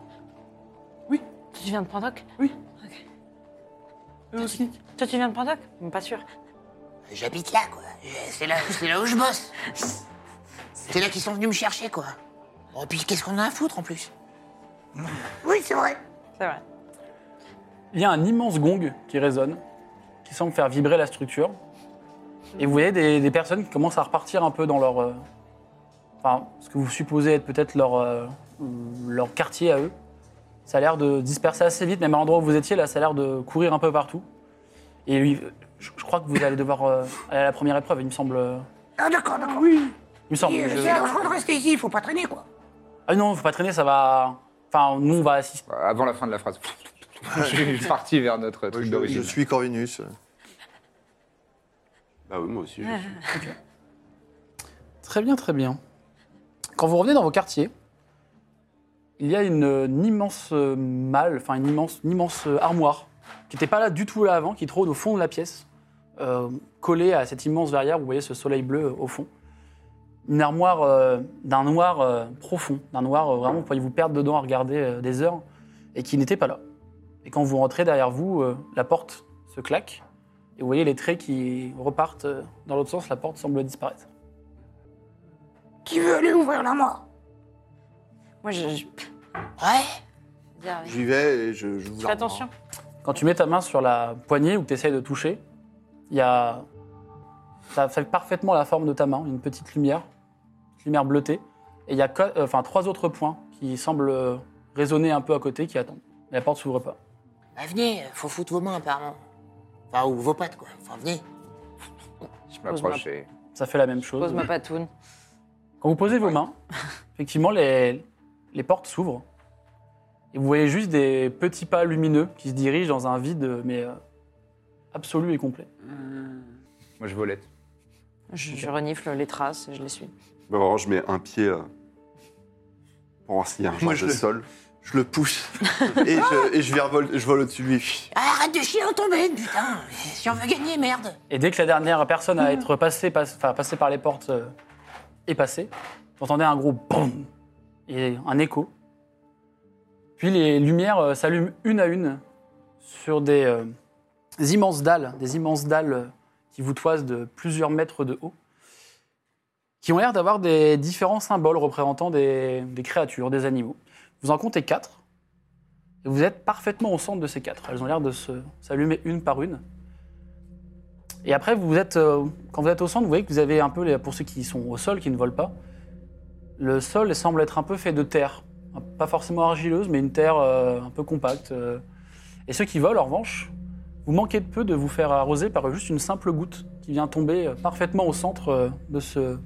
G: Oui.
D: Toi, tu viens de Pandoc
G: Eux aussi.
D: Toi, tu viens de Pandoc Mais Pas sûr.
H: J'habite là, quoi. Je- C'est là, c'est là où je bosse. C'est là qu'ils sont venus me chercher, quoi. Oh, puis qu'est-ce qu'on a à foutre en plus
F: Oui, c'est vrai.
D: C'est vrai.
A: Il y a un immense gong qui résonne, qui semble faire vibrer la structure. Et vous voyez des, des personnes qui commencent à repartir un peu dans leur, euh, enfin, ce que vous supposez être peut-être leur, euh, leur quartier à eux. Ça a l'air de disperser assez vite, même à l'endroit où vous étiez, là, ça a l'air de courir un peu partout. Et lui, je, je crois que vous allez devoir euh, aller à la première épreuve, il me semble. euh,
F: Ah, d'accord, d'accord. Oui.
A: Il me semble.
F: C'est
A: je-
F: dangereux de rester ici, il faut pas traîner, quoi.
A: Ah non, faut pas traîner, ça va. Enfin, nous, on va assister.
B: Avant la fin de la phrase. [laughs] je suis parti vers notre
C: Moi,
B: truc
C: je, je
B: d'origine.
C: suis Corvinus.
E: Bah oui, moi aussi. je suis-
A: Très bien, très bien. Quand vous revenez dans vos quartiers, il y a une, euh, une immense euh, malle, enfin une immense, une immense euh, armoire, qui n'était pas là du tout là avant, qui trône au fond de la pièce, euh, collée à cette immense verrière, où vous voyez ce soleil bleu euh, au fond. Une armoire euh, d'un noir euh, profond, d'un noir euh, vraiment, vous pourriez vous perdre dedans à regarder euh, des heures, et qui n'était pas là. Et quand vous rentrez derrière vous, euh, la porte se claque, et vous voyez les traits qui repartent euh, dans l'autre sens, la porte semble disparaître.
F: Qui veut aller ouvrir l'armoire
D: Moi, je. je-
H: Ouais
D: Dire,
C: J'y vais et je, je vous
D: Fais attention.
A: Quand tu mets ta main sur la poignée ou que tu essayes de toucher, il y a. Ça fait parfaitement la forme de ta main, une petite lumière, une lumière bleutée. Et il y a que- euh, enfin, trois autres points qui semblent euh, résonner un peu à côté, qui attendent. Mais la porte s'ouvre pas.
H: Bah, venez, faut foutre vos mains apparemment. Enfin, ou vos pattes, quoi. Enfin, venez.
B: Je m'approche et.
A: Ça fait la même chose.
D: Pose ma patoune.
A: Quand vous posez vos
D: [laughs]
A: mains, effectivement, les, les portes s'ouvrent. Et vous voyez juste des petits pas lumineux qui se dirigent dans un vide, euh, mais euh, absolu et complet.
B: Moi, je volette.
D: Je, je renifle les traces et je les suis.
E: Bah, vraiment, je mets un pied euh, pour voir s'il y a un
C: Moi,
E: genre
C: je
E: de
C: le-
E: sol.
C: Je le pousse et je, et je, virevolte- je vole au-dessus de lui.
H: Ah, arrête de chier en tomber, putain. Si on veut gagner, merde.
A: Et dès que la dernière personne à être passée, passe- enfin, passée par les portes euh, est passée, vous entendez un gros BOUM et un écho. Puis les lumières euh, s'allument une à une sur des, euh, des immenses dalles, des immenses dalles euh, qui vous toisent de plusieurs mètres de haut, qui ont l'air d'avoir des différents symboles représentant des, des créatures, des animaux. Vous en comptez quatre, et vous êtes parfaitement au centre de ces quatre. Elles ont l'air de se- s'allumer une par une. Et après, vous êtes, euh, quand vous êtes au centre, vous voyez que vous avez un peu, les- pour ceux qui sont au sol, qui ne volent pas, le sol semble être un peu fait de terre. Pas forcément argileuse, mais une terre euh, un peu compacte. euh. Et ceux qui volent, en revanche, vous manquez de peu de vous faire arroser par juste une simple goutte qui vient tomber euh, parfaitement au centre euh, de ce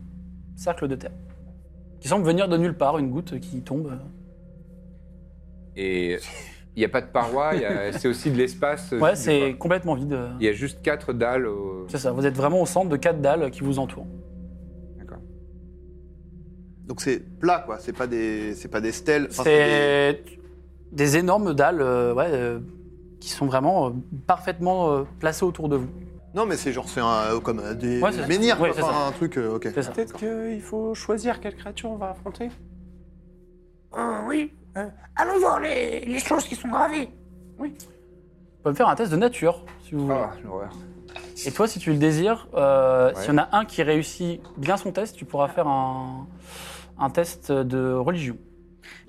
A: cercle de terre. Qui semble venir de nulle part, une goutte qui tombe.
B: Et il n'y a pas de paroi, il y a- c'est aussi de l'espace.
A: Ouais,
B: vide,
A: c'est
B: quoi.
A: complètement vide. euh.
B: Il y a juste quatre dalles. au-
A: C'est ça, vous êtes vraiment au centre de quatre dalles qui vous entourent.
B: D'accord.
C: Donc c'est plat quoi, c'est pas des c'est pas des stèles. Enfin, des-
A: C'est des énormes dalles euh, ouais, euh, qui sont vraiment euh, parfaitement euh, placées autour de vous.
C: Non mais c'est genre c'est un- euh, comme un des
A: Ouais, c'est-
C: menhirs,
A: ouais,
C: quoi,
A: c'est
C: enfin,
A: ça.
C: un truc euh, OK.
A: C'est ça.
G: Peut-être qu'il faut choisir quelle créature on va affronter.
F: Euh, oui. Euh, allons voir les, les choses qui sont gravées.
A: Vous pouvez me faire un test de nature, si vous voulez.
B: Ah, l'horreur.
A: Et toi, si tu le désires, euh,
B: Ouais.
A: s'il y en a un qui réussit bien son test, tu pourras faire un, un test de religion.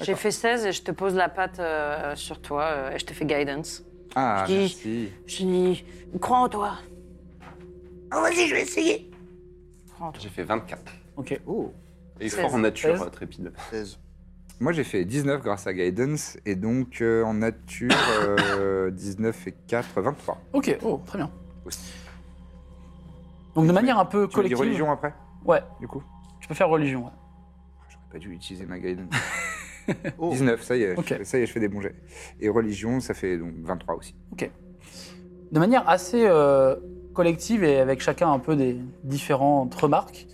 D: J'ai fait 16 et je te pose la patte euh, sur toi euh, et je te fais guidance.
B: Ah,
D: Je dis-
B: merci.
D: Je dis, crois en toi.
F: Ah, vas-y, je vais essayer.
D: Crois en toi.
E: J'ai fait 24.
A: Ok.
B: Oh,
E: Et
D: Seize.
E: fort en nature,
A: Seize.
E: euh, trépide.
C: 16.
B: Moi, j'ai fait 19 grâce à Guidance, et donc euh,
A: [coughs]
B: en nature, euh, 19 et 4, 23.
A: Ok, oh, très bien.
B: Aussi.
A: Donc de manière un peu
B: Tu veux dire
A: collective.
B: religion après,
A: Ouais,
B: du coup
A: tu peux faire religion. ouais.
B: J'aurais pas dû utiliser ma Guidance.
C: Oh.
B: 19, ça y est, je
A: Ok.
B: fais- ça y est, je fais des bons jets. Et religion, ça fait donc 23 aussi.
A: de manière assez euh, collective et avec chacun un peu des différentes remarques,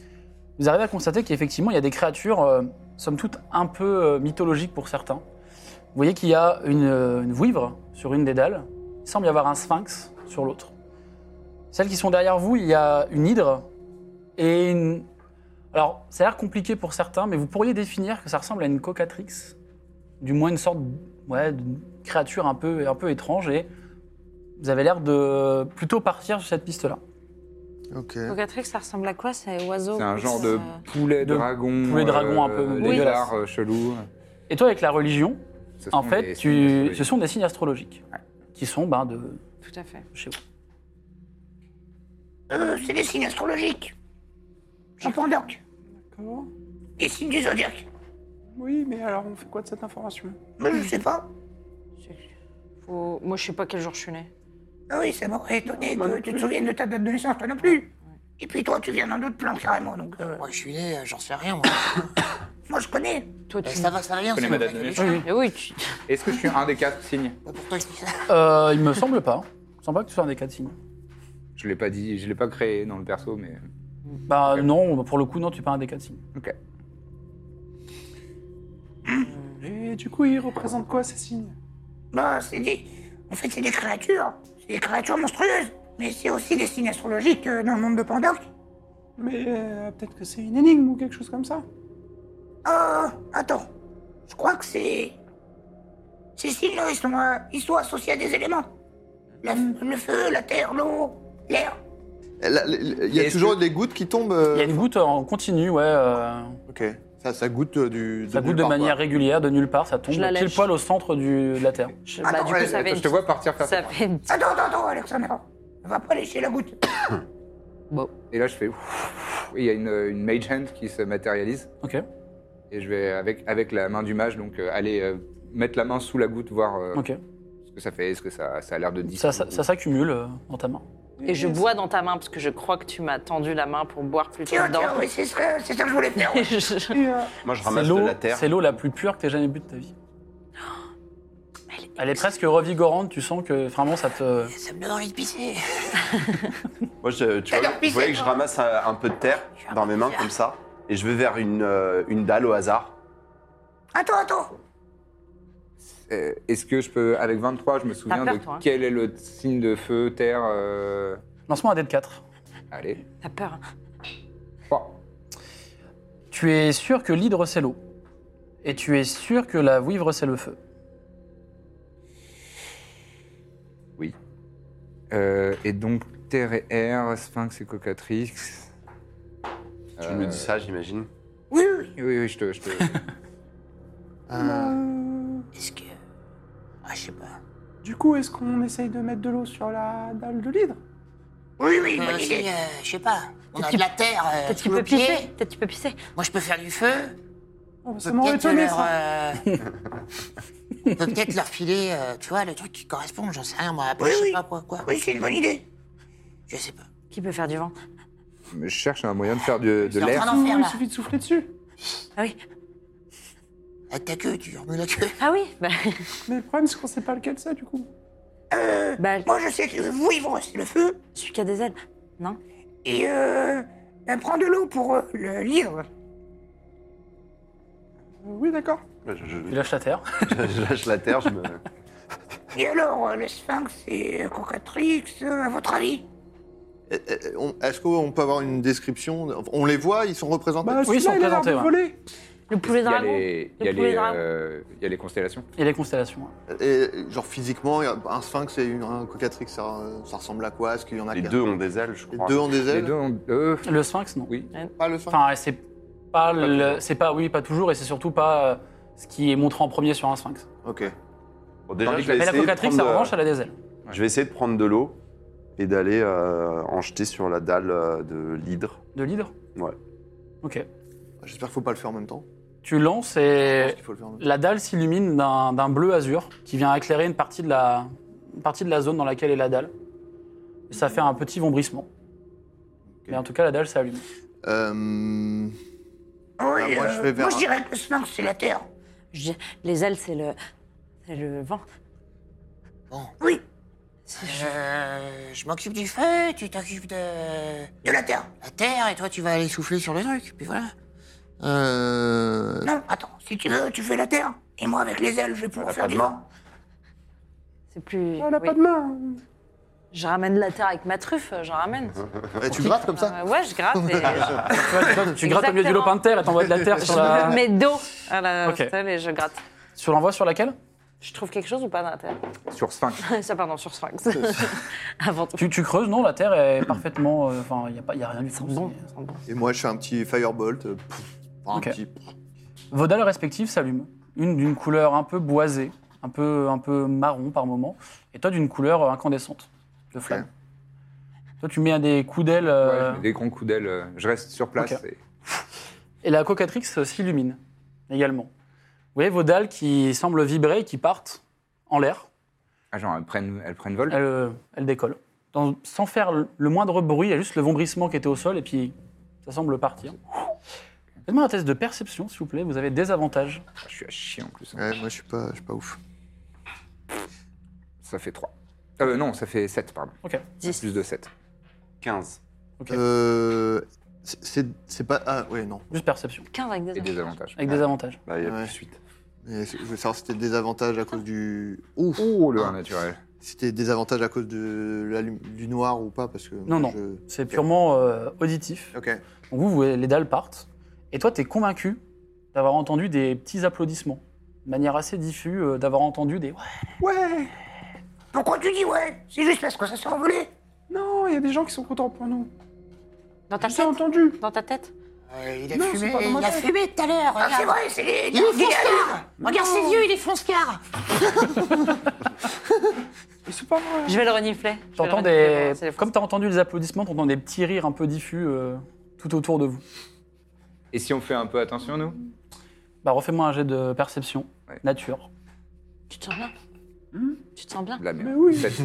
A: vous arrivez à constater qu'effectivement, il y a des créatures, euh, somme toute, un peu euh, mythologiques pour certains. Vous voyez qu'il y a une, euh, une vouivre sur une des dalles. Il semble y avoir un sphinx sur l'autre. Celles qui sont derrière vous, il y a une hydre et une... Alors, ça a l'air compliqué pour certains, mais vous pourriez définir que ça ressemble à une cocatrix. Du moins une sorte ouais, de créature un peu, un peu étrange. Et vous avez l'air de plutôt partir sur cette piste-là.
C: OK.
D: Cocatrix, ça ressemble à quoi C'est oiseau
B: C'est un genre de
D: euh,
B: poulet
A: de
B: dragon.
A: poulet dragon un peu
B: des
A: dégueulasse.
B: lézard euh, chelou.
A: Et toi, avec la religion,
B: Ce
A: en
B: sont
A: fait,
B: des-
A: tu-
B: des-
A: ce sont des signes astrologiques qui sont ben, de
D: Tout à fait.
A: chez vous.
F: Euh, c'est des signes astrologiques. J'en prends donc.
G: D'accord.
F: Et signe du zodiaque
G: Oui, mais alors on fait quoi de cette information
F: Mais je sais pas.
D: Faut- Moi, je sais pas quel jour je suis né.
F: Ah oui, ça m'aurait étonné que tu te souviennes de ta date de naissance, toi non plus. Et puis toi, tu viens d'un autre plan carrément, donc. euh,
H: Moi, je suis né, euh, j'en sais rien, moi.
F: [coughs] Moi, je connais.
D: Toi,
H: Eh,
D: tu.
H: ça va, ça va bien.
B: Je connais
H: c'est
B: ma
H: bon,
B: date de
H: t'as
B: naissance.
H: quelque chose
D: Eh oui, tu-
B: Est-ce que je suis un des quatre signes
H: Pas pour toi, je dis ça.
A: Euh, il me semble pas. Il me semble pas que tu sois un des quatre signes.
B: Je l'ai pas dit, je l'ai pas créé dans le perso, mais euh,
A: Bah non, pour le coup, non, tu es pas un des quatre signes.
D: Bah,
B: ok.
G: Et du coup, ils représentent quoi ces signes
F: Bah, c'est des. En fait, c'est des créatures. C'est des créatures monstrueuses. Mais c'est aussi des signes astrologiques euh, dans le monde de Pandoc.
G: Mais euh, peut-être que c'est une énigme ou quelque chose comme ça.
F: Euh. Attends. Je crois que c'est. Ces signes-là, ils sont, euh, ils sont associés à des éléments. La-
H: Mm.
F: le feu, la terre, l'eau, l'air.
C: Là, Il y
B: Et
C: a
B: est-ce
C: toujours
B: que-
C: des gouttes qui tombent.
A: Il y a
C: euh,
A: une goutte en continu, ouais. euh,
C: Ok. Ça, ça goûte euh, du.
A: ça goûte
C: nulle
A: de
C: part, quoi.
A: manière régulière, de nulle part, ça tombe
D: Je la
A: pile
D: lèche.
A: poil au centre du- de la Terre.
D: je- bah,
F: Attends,
D: du coup, ça fait.
B: Je te vois partir faire
D: Ça
B: ça.
D: fait. une petite-
F: Attends, attends, attends, Alexandre. Va pas lécher la goutte.
B: Et là, je fais. [laughs] ouf. Et Il y a une, une mage hand qui se matérialise.
A: Ok.
B: Et je vais, avec, avec la main du mage, donc euh, aller euh, mettre la main sous la goutte, voir euh,
A: Ok.
B: ce que ça fait, est-ce que ça, ça a l'air de
A: Ça,
B: disparaître.
A: ça, ça s'accumule euh, dans ta main.
D: Et je bois dans ta main parce que je crois que tu m'as tendu la main pour boire plus tôt
F: Tiens,
D: dedans.
F: tiens, oui, c'est ça, c'est ça que je voulais faire.
D: Et [laughs] je-
G: Et euh,
E: Moi, je
A: C'est
E: ramasse de
A: l'eau-
E: la terre.
A: C'est l'eau la plus pure que t'aies jamais bu de ta
D: [gasps]
A: vie. Elle est presque revigorante, tu sens que vraiment ça te.
H: Ça me donne envie de pisser.
E: Moi, je, tu
F: T'as
E: vois,
F: l'air
E: vous
F: pissé,
E: voyez que je
F: toi.
E: ramasse un, un peu de terre dans mes mains, comme ça, et je vais vers une, euh, une dalle au hasard.
F: Attends, attends.
B: Euh, Est-ce que je peux, avec 23, je me souviens
D: peur,
B: de
D: toi, hein.
B: quel est le signe de feu, terre. euh,
A: Lance-moi un dé de 4.
B: Allez.
D: T'as peur.
F: Bah,
D: hein.
B: Trois.
A: Tu es sûr que l'hydre c'est l'eau. Et tu es sûr que la vouivre c'est le feu.
B: Euh, et donc, terre et air, sphinx et cocatrix.
E: Tu me dis ça, j'imagine.
F: Oui, oui.
B: Oui, oui, je
A: [laughs]
B: te. je te-
H: Est-ce que. Ah, je sais pas.
G: Euh, du coup, est-ce qu'on essaye de mettre de l'eau sur la dalle de l'hydre
F: Oui, oui,
H: Euh,
F: bonne idée.
H: si, euh, je sais pas. On a de la terre. euh,
D: Peut-être
H: sous
D: tu
H: nos
D: peux
H: pieds.
D: pisser. Peut-être tu peux pisser.
H: Moi, je peux faire du feu.
G: Oh, bah,
H: On
G: Ça
H: peut
G: m'aurait
H: peut-être
G: étonné,
H: leur,
G: ça.
H: euh, [laughs] on peut peut-être leur filer, euh, tu vois, le truc qui correspond, j'en sais rien, moi. Après,
F: Oui,
H: je sais
F: oui.
H: pas quoi, quoi.
F: Oui, c'est une bonne idée.
H: Je sais pas.
D: Qui peut faire du vent
B: Je cherche un moyen de faire de, de
H: en train
B: l'air.
H: d'en faire,
G: il
H: là.
G: suffit de souffler dessus.
D: Ah oui.
H: Avec ta queue, tu remues la queue.
D: Ah oui.
F: [laughs]
D: Bah,
G: Mais le problème, c'est qu'on sait pas lequel c'est, du coup.
D: bah,
F: Moi, je sais que le vivre, c'est le feu.
D: celui qui a des ailes. Non
F: Et euh, euh, prends de l'eau pour euh, le livre.
G: Euh, oui, d'accord.
E: Je, je-
A: Tu lâches la terre.
E: je- je lâche la terre, je me...
F: Et alors, euh, le sphinx et euh, Cocatrix, euh, à votre avis
C: Eh, eh, on- Est-ce qu'on peut avoir une description On les voit, ils sont représentés.
G: Bah,
A: Oui, ils sont
G: celui-là, il a l'air de
A: présentés, ouais.
G: voler.
D: Le poulet
B: Il y a
D: dragon.
B: les, il y a
D: Le poulet
B: les,
D: dragon.
B: euh, il y a les constellations.
A: Et les constellations. hein. ouais.
C: Et, genre physiquement, il y a un sphinx et une, un cocatrix, ça, euh, ça ressemble à quoi Est-ce qu'il y en a
E: Les
C: qu'un
E: deux ont des ailes, je
C: Les
E: crois.
C: deux ont des
B: Les
C: ailes
B: deux ont- euh,
A: Le sphinx, non.
B: oui.
C: Pas le sphinx
A: Enfin, c'est pas, le- c'est pas, oui, pas toujours, et c'est surtout pas euh, ce qui est montré en premier sur un sphinx.
C: Ok.
E: Bon, déjà,
B: Tandis
E: je
B: que
E: vais,
A: Mais la
E: essayer de
A: cocatrix, en
E: prendre,
A: revanche, elle a des ailes.
E: euh, je vais essayer de prendre de l'eau et d'aller euh, en jeter sur la dalle euh, de l'hydre.
A: De l'hydre
E: Ouais.
A: Ok.
C: J'espère qu'il faut pas le faire en même temps.
A: Tu lances
C: Je
A: et
C: pense qu'il faut le faire en même temps.
A: la dalle s'illumine d'un d'un bleu azur qui vient éclairer une partie, de la, une partie de la zone dans laquelle est la dalle. Et ça fait un petit vombrissement. Mais en tout cas, la dalle s'allume.
C: Euh,
F: Oui,
C: Ah, moi, je
F: euh,
C: vais vers
F: moi, je
C: un-
F: dirais que le sphinx, c'est la terre.
D: Je dis- Les ailes, c'est le, c'est le vent.
F: Oui,
H: Je, je m'occupe du feu, tu t'occupes de
F: de la terre.
H: la terre, et toi, tu vas aller souffler sur le truc, puis voilà.
C: euh,
F: Non, attends, si tu veux, tu fais la terre. Et moi, avec les ailes, je vais pouvoir
E: Elle a
F: faire
E: pas de
F: du
E: main.
F: vent.
D: C'est plus.
G: Elle a
D: oui.
G: pas de main.
D: Je ramène la terre avec ma truffe, j'en ramène.
C: eh, tu grattes comme ça
D: Euh, ouais, je gratte. Et je-
A: Tu vois, tu vois, tu grattes au milieu du
D: Exactement.
A: lopin de terre et t'envoies de la terre sur la-
D: [laughs] je mets dos à la
A: Ok.
D: stèle et je gratte.
A: Tu l'envoies sur laquelle
D: Je trouve quelque chose ou pas dans la terre [laughs]
B: Sur sphinx.
D: Ça, pardon, sur Sphinx. Avant tout.
A: tu, tu creuses, non La terre est [clears throat] parfaitement. euh, Enfin, il n'y a, pas- y a rien du tout.
D: Bon,
A: C'est-
D: bon.
C: Et moi, je fais un petit firebolt. euh, pff, un
A: Ok.
C: petit-
A: Vos dalles respectives s'allument. Une d'une couleur un peu boisée, un peu, un peu marron par moment, et toi d'une couleur incandescente, de flamme. Toi, tu mets un des coups d'aile.
B: Ouais,
A: euh,
B: je mets des grands coups d'aile. euh, Je reste sur place.
A: Ok.
B: et-
A: Et la cocatrix euh, s'illumine également. Vous voyez vos dalles qui semblent vibrer, qui partent en l'air.
B: Ah, genre, elles prennent, elles prennent vol.
A: Elle, euh, elle décolle. Dans- sans faire le, le moindre bruit, il y a juste le vombrissement qui était au sol et puis ça semble partir. Faites-moi un test de perception, s'il vous plaît. Vous avez des avantages.
B: Je suis à chier en plus. hein.
C: Ouais, moi, je suis pas, je suis pas ouf.
B: Ça fait 3. Euh, non, ça fait 7, pardon.
D: 10.
B: Plus de 7.
E: 15.
A: Ok.
C: Euh, c'est- c'est c'est pas. Ah, ouais, non.
A: Juste perception.
D: 15 avec des
B: Et
D: amis.
B: des avantages.
A: Avec des avantages.
E: Là, Bah, il y a
C: Ouais.
E: plus de suite.
C: Mais c'est- je voulais savoir si c'était des avantages à cause du. Ouf
B: Oh, le 1 naturel.
C: C'était des avantages à cause de la lum- du noir ou pas parce que
A: Non, non.
C: je-
A: C'est purement euh, auditif.
C: Ok.
A: Donc vous, vous- les dalles partent. Et toi, tu es convaincu d'avoir entendu des petits applaudissements. De manière assez diffuse, euh, d'avoir entendu des... Ouais.
G: Ouais
F: Eh, Pourquoi tu dis ouais C'est juste parce que ça s'est envolé.
G: Non, il y a des gens qui sont contents pour nous.
D: Dans ta
G: J'ai
D: tête
G: entendu.
D: Dans ta tête
H: Euh, il a
G: Non,
H: fumé,
G: c'est pas dans ma
H: il a
G: tête.
H: fumé tout à l'heure.
F: Ah, c'est
H: regarde.
F: vrai, c'est les.
H: Il est foncard Regarde ses yeux, il est foncard
G: Et c'est pas vrai.
D: Je vais le renifler. Je vais
A: T'entends
D: le renifler,
A: des...
D: bon, c'est les-
A: Comme tu as entendu les applaudissements, t'entends des petits rires un peu diffus euh, tout autour de vous.
B: Et si on fait un peu attention, nous
A: Bah, refais-moi un jet de perception.
B: Ouais.
A: Nature.
D: Tu te sens bien Hmm Tu te sens bien
B: De la merde.
G: Mais oui.
B: Sept.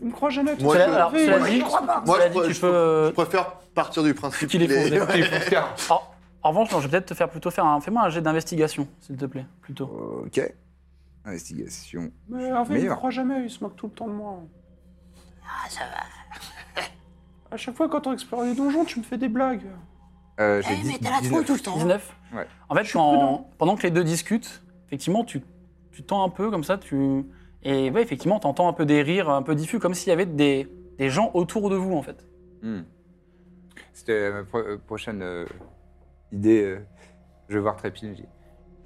G: Il me croit jamais.
C: Moi,
A: Cela-
C: je-
A: alors,
C: oui,
A: cela
C: moi,
A: dit,
F: je crois pas.
C: Moi,
A: cela
C: je
A: dit,
C: pr-
A: tu
C: je
A: peux... euh,
C: Je préfère partir du principe
A: Qu'il est
C: qu'il est-
A: fondé. [laughs] En, en revanche, non, je vais peut-être te faire plutôt faire un... Fais-moi un jet d'investigation, s'il te plaît, plutôt.
B: Ok. Investigation.
G: Mais Hervé, il me
B: Meilleur.
G: croit jamais, il se moque tout le temps de moi. Ah, ça va. À chaque fois, quand on explore les donjons, tu me fais des blagues.
B: Euh,
H: Eh,
B: J'ai dit
H: mais t'as la trouille
B: 19.
H: tout le temps
A: 19
B: Ouais.
A: En fait, quand- pendant que les deux discutent, effectivement, tu, tu tends un peu comme ça, tu... Et ouais, effectivement, t'entends un peu des rires un peu diffus, comme s'il y avait des, des gens autour de vous, en fait.
B: Hmm. C'était ma pro- euh, prochaine euh, idée. euh, je vais voir Trépilge.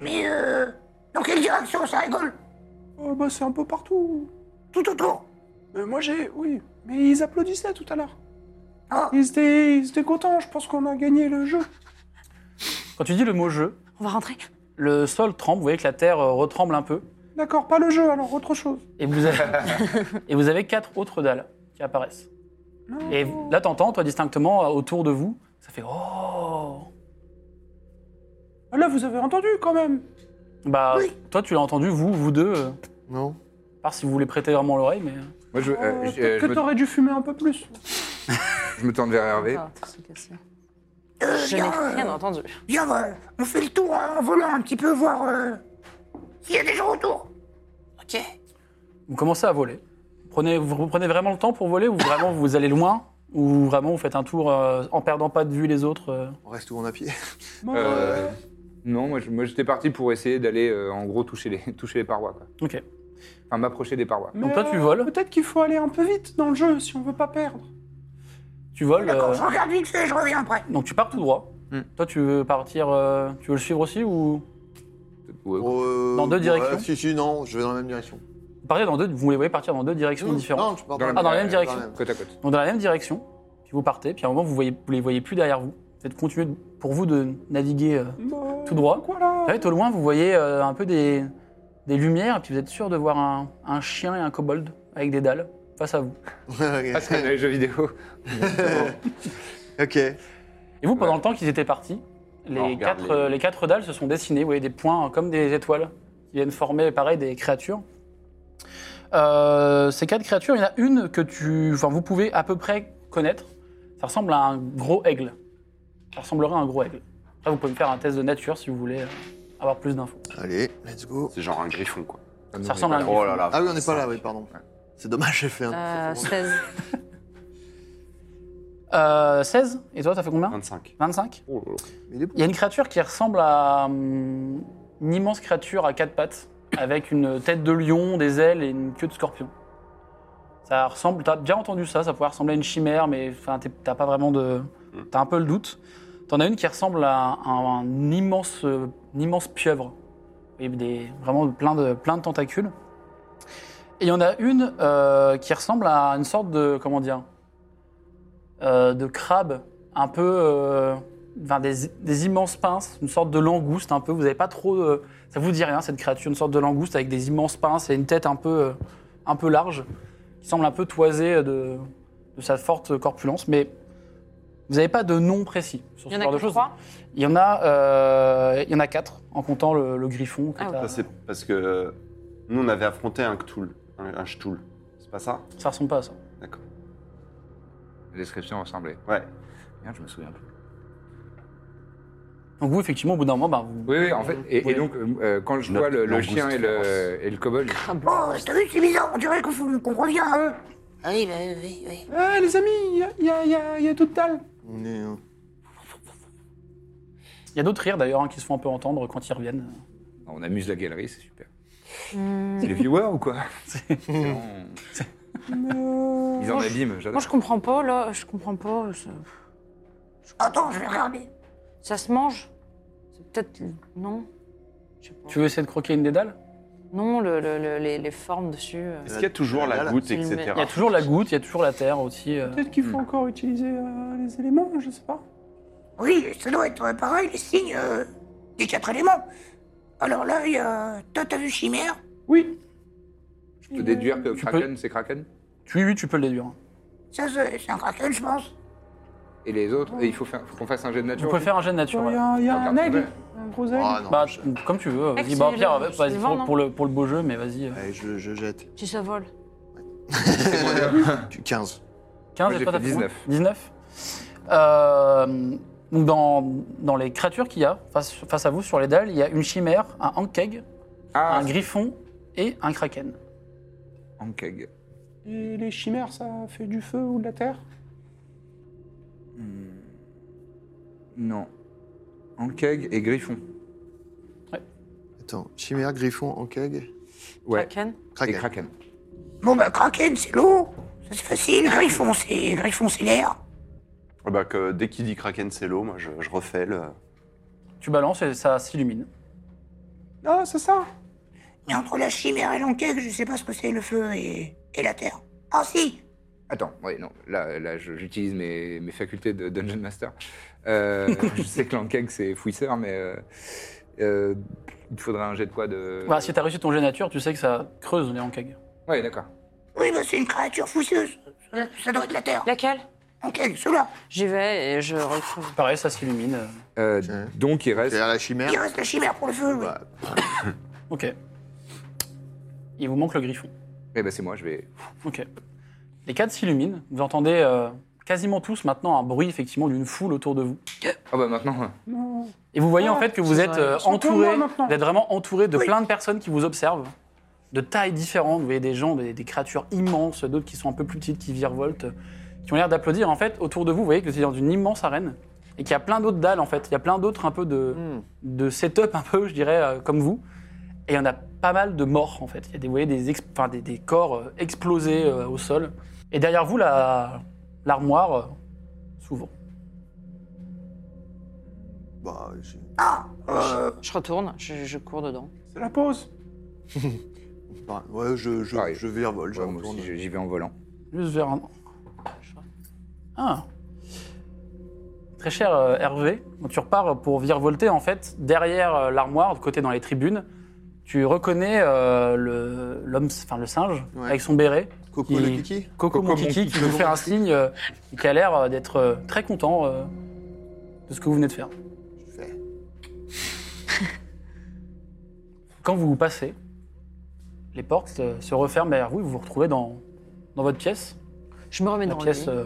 F: Mais euh. Dans quelle direction ça rigole
G: Oh, bah, c'est un peu partout.
F: Tout autour.
G: Mais moi, j'ai. Oui. Mais ils applaudissaient tout à l'heure.
F: Ah.
G: Ils étaient, ils étaient contents, je pense qu'on a gagné le jeu.
A: Quand tu dis le mot « jeu
D: On va rentrer »,
A: le sol tremble, vous voyez que la terre euh, retremble un peu,
G: D'accord, pas le jeu, alors autre chose.
A: et vous avez, et vous avez quatre autres dalles qui apparaissent.
G: Non.
A: Et là, t'entends, toi, distinctement, euh, autour de vous, ça fait « oh ».
G: Ah, Là, vous avez entendu quand même.
A: Bah,
F: Oui.
A: toi, tu l'as entendu, vous, vous deux, euh,
C: [laughs] Non.
A: à part si vous voulez prêter vraiment l'oreille, mais...
B: Moi, je, euh,
G: Euh,
H: Oh,
B: je-
G: Peut-être
B: je
G: que
B: me,
G: t'aurais dû fumer un peu plus.
B: je me tourne vers Hervé.
D: Ah, tout se casser.
F: Euh,
D: Je n'ai
F: viens,
D: rien
F: euh,
D: entendu.
F: viens, euh, on fait le tour hein, en volant un petit peu, voir euh, s'il y a des gens autour.
H: Ok.
A: Vous commencez à voler. Prenez, vous prenez vraiment le temps pour voler ou vraiment vous allez loin ou vraiment vous faites un tour euh, en perdant pas de vue les autres euh.
C: On reste où on a pied.
G: Bon,
B: Euh, non, moi, je- moi, j'étais parti pour essayer d'aller, euh, en gros, toucher les, [laughs] toucher les parois. Quoi.
A: Ok.
B: Enfin, m'approcher des parois.
G: mais,
A: donc toi, tu
G: euh,
A: voles.
G: Peut-être qu'il faut aller un peu vite dans le jeu si on veut pas perdre.
A: Tu voles,
F: D'accord,
A: euh,
F: je regarde vite fait, je reviens après.
A: donc tu pars tout droit.
B: Hmm.
A: Toi, tu veux partir, euh, tu veux le suivre aussi ou
B: Ouais,
C: Euh,
A: Dans deux
C: ouais,
A: directions
C: Si, si, non, je vais dans la même direction.
A: vous, partez dans deux, vous les voyez partir dans deux directions
C: Non,
A: différentes.
C: Non, je pars
B: Dans la-
A: Ah, dans la même
B: euh,
A: direction.
C: dans la même.
B: Côte à côte.
A: Donc dans la même direction, puis vous partez, puis à un moment, vous voyez, vous les voyez plus derrière vous. Vous êtes continué de- pour vous de naviguer. euh.
G: Bah,
A: Tout droit.
G: Quoi là
A: En fait, au loin, vous voyez euh, un peu des, des lumières, et puis vous êtes sûr de voir un, un chien et un kobold avec des dalles face à vous.
B: Ah, c'est dans les jeux vidéo.
C: ok.
A: Et vous, pendant le temps qu'ils étaient partis,
E: On
A: les
E: regarde
A: quatre,
E: les-
A: euh, les quatre dalles se sont dessinées. Vous voyez des points euh, comme des étoiles qui viennent former, pareil, des créatures. Euh, ces quatre créatures, il y en a une que tu, enfin, vous pouvez à peu près connaître. Ça ressemble à un gros aigle. Ça ressemblerait à un gros aigle. Après, vous pouvez me faire un test de nature si vous voulez euh, avoir plus d'infos.
C: Allez, let's go.
E: C'est genre un griffon, quoi.
B: Ah, non,
A: Ça ressemble à
B: mais
A: un
B: pas là.
E: Oh là là.
C: Ah oui, on n'est pas là, oui, pardon. C'est dommage, j'ai fait un.
D: Euh, 16.
A: Euh, 16 Et toi, t'as fait combien
E: 25.
A: 25
E: Oh là là.
C: Il est
A: Il y a une créature qui ressemble à hum, une immense créature à quatre pattes, avec une tête de lion, des ailes et une queue de scorpion. Ça ressemble, t'as bien entendu ça, ça pourrait ressembler à une chimère, mais enfin, t'es- t'as pas vraiment de. T'as un peu le doute. T'en as une qui ressemble à un, un immense, euh, une immense pieuvre. Vous voyez, des, vraiment plein de, plein de tentacules. Et il y en a une euh, qui ressemble à une sorte de. Comment dire euh, De crabe, un peu. euh, enfin, des, des immenses pinces, une sorte de langouste un peu. Vous n'avez pas trop. euh, ça vous dit rien cette créature, une sorte de langouste avec des immenses pinces et une tête un peu, euh, un peu large, qui semble un peu toisée de, de sa forte corpulence. Mais Vous n'avez pas de nom précis sur ce
D: Il y en
A: genre
D: a
A: de
D: que
A: choses.
D: trois
A: Il y en a, euh, il y en a quatre, en comptant le, le griffon. que
D: Ah
A: t'as-
E: Ça, c'est parce que euh, nous, on avait affronté un Cthulhu, un, un Ch'toul. C'est pas ça
A: Ça ressemble pas à ça.
E: D'accord.
B: La description ressemblait.
E: Ouais.
B: Merde, je me souviens plus.
A: Donc vous, effectivement, au bout d'un moment, ben, vous-
B: Oui, oui, en fait. Et, et
A: Oui.
B: donc, euh, quand je
E: Note
B: vois le, le
E: langouste
B: chien et le,
E: féroce.
B: et le kobold,
F: Oh, t'as vu, c'est bizarre, on dirait qu'on f- qu'on revient à eux.
H: Ah oui, bah oui, oui, oui.
G: Ah, les amis, il y a, il y a, il y a, il y a toute dalle.
C: On est. euh,
A: il y a d'autres rires d'ailleurs hein, qui se font un peu entendre quand ils reviennent.
B: on amuse la galerie, c'est super.
A: Hmm.
B: C'est les viewers ou quoi [laughs] C'est vraiment- Ils en abîment,
D: Moi,
B: j'adore.
D: je comprends pas, là. Je comprends pas. Ça,
F: Attends, je vais regarder.
D: ça se mange C'est peut-être. Non Je sais pas.
A: Tu veux essayer de croquer une des dalles
D: Non, le- le- le- les, les formes dessus. euh.
E: Est-ce qu'il y a toujours la
C: Là, là,
E: goutte,
D: c'est le
E: etc.
A: Il y a toujours la goutte, il y a toujours la terre aussi. euh.
G: Peut-être qu'il
B: Hmm.
G: faut encore utiliser euh, les éléments, je sais pas.
F: Oui, ça doit être euh, pareil, les signes euh, des quatre éléments. Alors là, il y a... Toi, t'as vu Chimère
G: Oui.
B: Je peux déduire que
A: peux-
B: Kraken, c'est Kraken
A: Tu, oui, tu peux le déduire. hein.
F: Ça, c'est c'est un kraken, je pense.
B: Et les autres Et il faut, faire- faut qu'on fasse un jet de
A: Tu
B: nature
A: peux faire un jet de
G: Il
A: nature.
G: y
A: ouais.
G: a, un- il y a un
B: Regarde,
G: aigle,
B: ouais.
G: un gros aigle.
C: Ah non.
A: Bah,
C: je,
A: comme tu veux. Vas-y,
D: si,
A: bah,
D: je
A: Pierre,
D: le- je
A: vas-y,
D: le
A: pour,
D: vends, non
A: pour le, pour le beau jeu, mais vas-y. euh,
C: allez, je, je jette.
D: Si ça vole.
C: Tu- 15.
A: 15
B: Moi,
A: et
B: j'ai
A: toi,
B: fait
A: t'as fait combien
B: 19.
A: 19. Euh, donc dans, dans les créatures qu'il y a face, face à vous sur les dalles, il y a une chimère, un ankeg,
B: Ah,
A: un griffon et un kraken.
B: en keg.
G: Et les chimères, ça fait du feu ou de la terre
B: Hmm. Non. En keg et griffon.
C: Attends, chimère, griffon, ankeg,
B: Ouais.
D: Kraken
B: Et
C: kraken.
B: Kraken.
F: Bon, bah, kraken, c'est l'eau. Ça, c'est facile. Griffon, c'est... Griffon, c'est l'air.
E: Ah bah, que dès qu'il dit Kraken, c'est l'eau, moi, je, je refais le. euh,
A: Tu balances et ça s'illumine.
G: Ah, c'est ça
F: Mais entre la chimère et l'enquête, je sais pas ce que c'est le feu et, et la terre. Ah si
B: Attends, oui, non, là, là je- j'utilise mes, mes facultés de Dungeon Master.
F: [laughs]
B: Euh, je sais que l'enkeg, c'est fouisseur, mais euh, euh, il te faudrait un jet de quoi de...
A: Voilà, si t'as réussi ton jet nature, tu sais que ça creuse les ankeg.
B: Ouais, d'accord.
F: Oui, bah, c'est une créature fouisseuse. Ça, ça doit être la terre.
D: Laquelle
F: Enquête, cela.
D: J'y vais et je retrouve.
A: Pareil, ça s'illumine. euh.
B: Euh, donc, il reste...
C: Derrière la
F: Il
C: chimère.
F: reste la chimère pour le feu, oui.
C: Bah,
A: Ok. Il vous manque le griffon.
B: Eh ben, c'est moi, je vais...
A: Ok. Les quatre s'illuminent. Vous entendez euh, quasiment tous maintenant un bruit effectivement d'une foule autour de vous.
B: Ah bah maintenant...
G: Non.
A: Et vous voyez
G: Ah,
A: en fait que vous êtes euh,
G: sont autour de moi
A: entouré,
G: maintenant.
A: vous êtes vraiment entouré de plein de personnes qui vous observent, de tailles différentes. Vous voyez des gens, des, des créatures immenses, d'autres qui sont un peu plus petites, qui virevoltent, qui ont l'air d'applaudir. En fait, autour de vous, vous voyez que vous êtes dans une immense arène et qu'il y a plein d'autres dalles en fait. Il y a plein d'autres un peu
G: Mm.
A: de, de set-up, un peu, je dirais, euh, comme vous. Et il y en a pas mal de morts en fait. Il y a des, vous voyez, des, ex- enfin, des, des corps euh, explosés euh, au sol. Et derrière vous, la- l'armoire euh, s'ouvre.
C: bah, je-
D: Je retourne, je, je cours dedans.
G: C'est la pause.
C: bah, ouais, je,
A: Ah
C: je,
B: Pareil.
C: je virevolte, je
B: Ouais, moi
C: retourne.
B: aussi, je- j'y vais en volant.
A: Juste vers un. Ah. Très cher euh, Hervé, quand tu repars pour virevolter, en fait, derrière euh, l'armoire, de côté dans les tribunes, tu reconnais euh, le, l'homme, enfin, le singe,
C: Ouais.
A: avec son béret,
C: Coco
A: Il-
C: le kiki
A: Coco,
B: Coco
A: mon kiki,
B: Monkiki.
A: qui vous fait un signe euh, et qui a l'air euh, d'être euh, très content euh, de ce que vous venez de faire.
C: Je fais,
A: Quand vous passez, les portes euh, se referment derrière vous et vous vous retrouvez dans, dans votre pièce,
D: Je me remets
A: la
D: dans le
A: pièce
D: lit.
A: euh,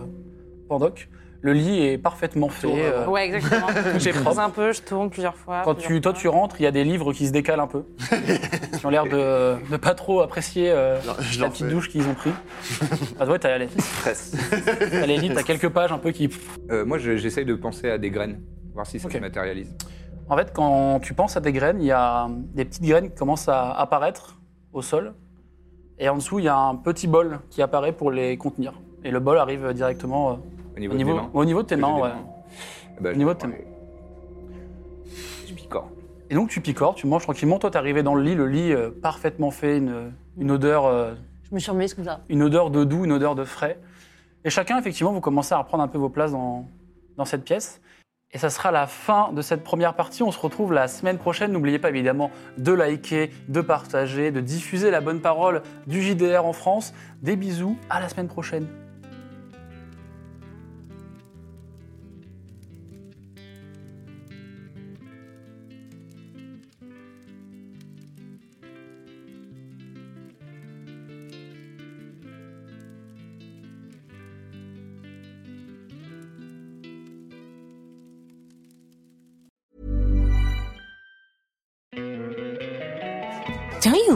A: Pandoc. Le lit est parfaitement fait. euh,
D: Ouais, exactement.
A: [laughs] J'ai
D: je pose
A: propre.
D: un peu, je tourne plusieurs fois.
A: Quand
D: plusieurs
A: tu, toi,
D: fois.
A: tu rentres, il y a des livres qui se décalent un
D: [laughs]
A: peu, qui ont l'air de ne pas trop apprécier euh,
C: Non, [laughs] je
A: la
C: leur
A: petite
C: fais.
A: douche qu'ils ont pris. Ah ouais, t'as les,
E: Stress.
A: t'as les
C: [laughs]
A: livres, t'as quelques pages un peu qui.
B: Euh, moi, je- j'essaye de penser à des graines, voir si ça
A: Ok.
B: se matérialise.
A: En fait, quand tu penses à des graines, il y a hum, des petites graines qui commencent à apparaître au sol, et en dessous, il y a un petit bol qui apparaît pour les contenir. Et le bol arrive directement euh,
B: Au niveau,
A: au, niveau,
B: des mains.
A: au niveau de tes
B: J'ai
A: mains.
B: des
A: ouais.
B: Ah bah,
A: Au
B: je
A: niveau
B: vais
A: de tes
B: prendre les- Je picore.
A: Et donc, tu picores, tu manges tranquillement. Toi, t'es arrivé dans le lit, le lit euh, parfaitement fait, une, une odeur euh,
D: Je me suis remise comme ça.
A: une odeur de doux, une odeur de frais. Et chacun, effectivement, vous commencez à reprendre un peu vos places dans, dans cette pièce. Et ça sera la fin de cette première partie. On se retrouve la semaine prochaine. N'oubliez pas évidemment de liker, de partager, de diffuser la bonne parole du JDR en France. Des bisous, à la semaine prochaine.
I: Don't you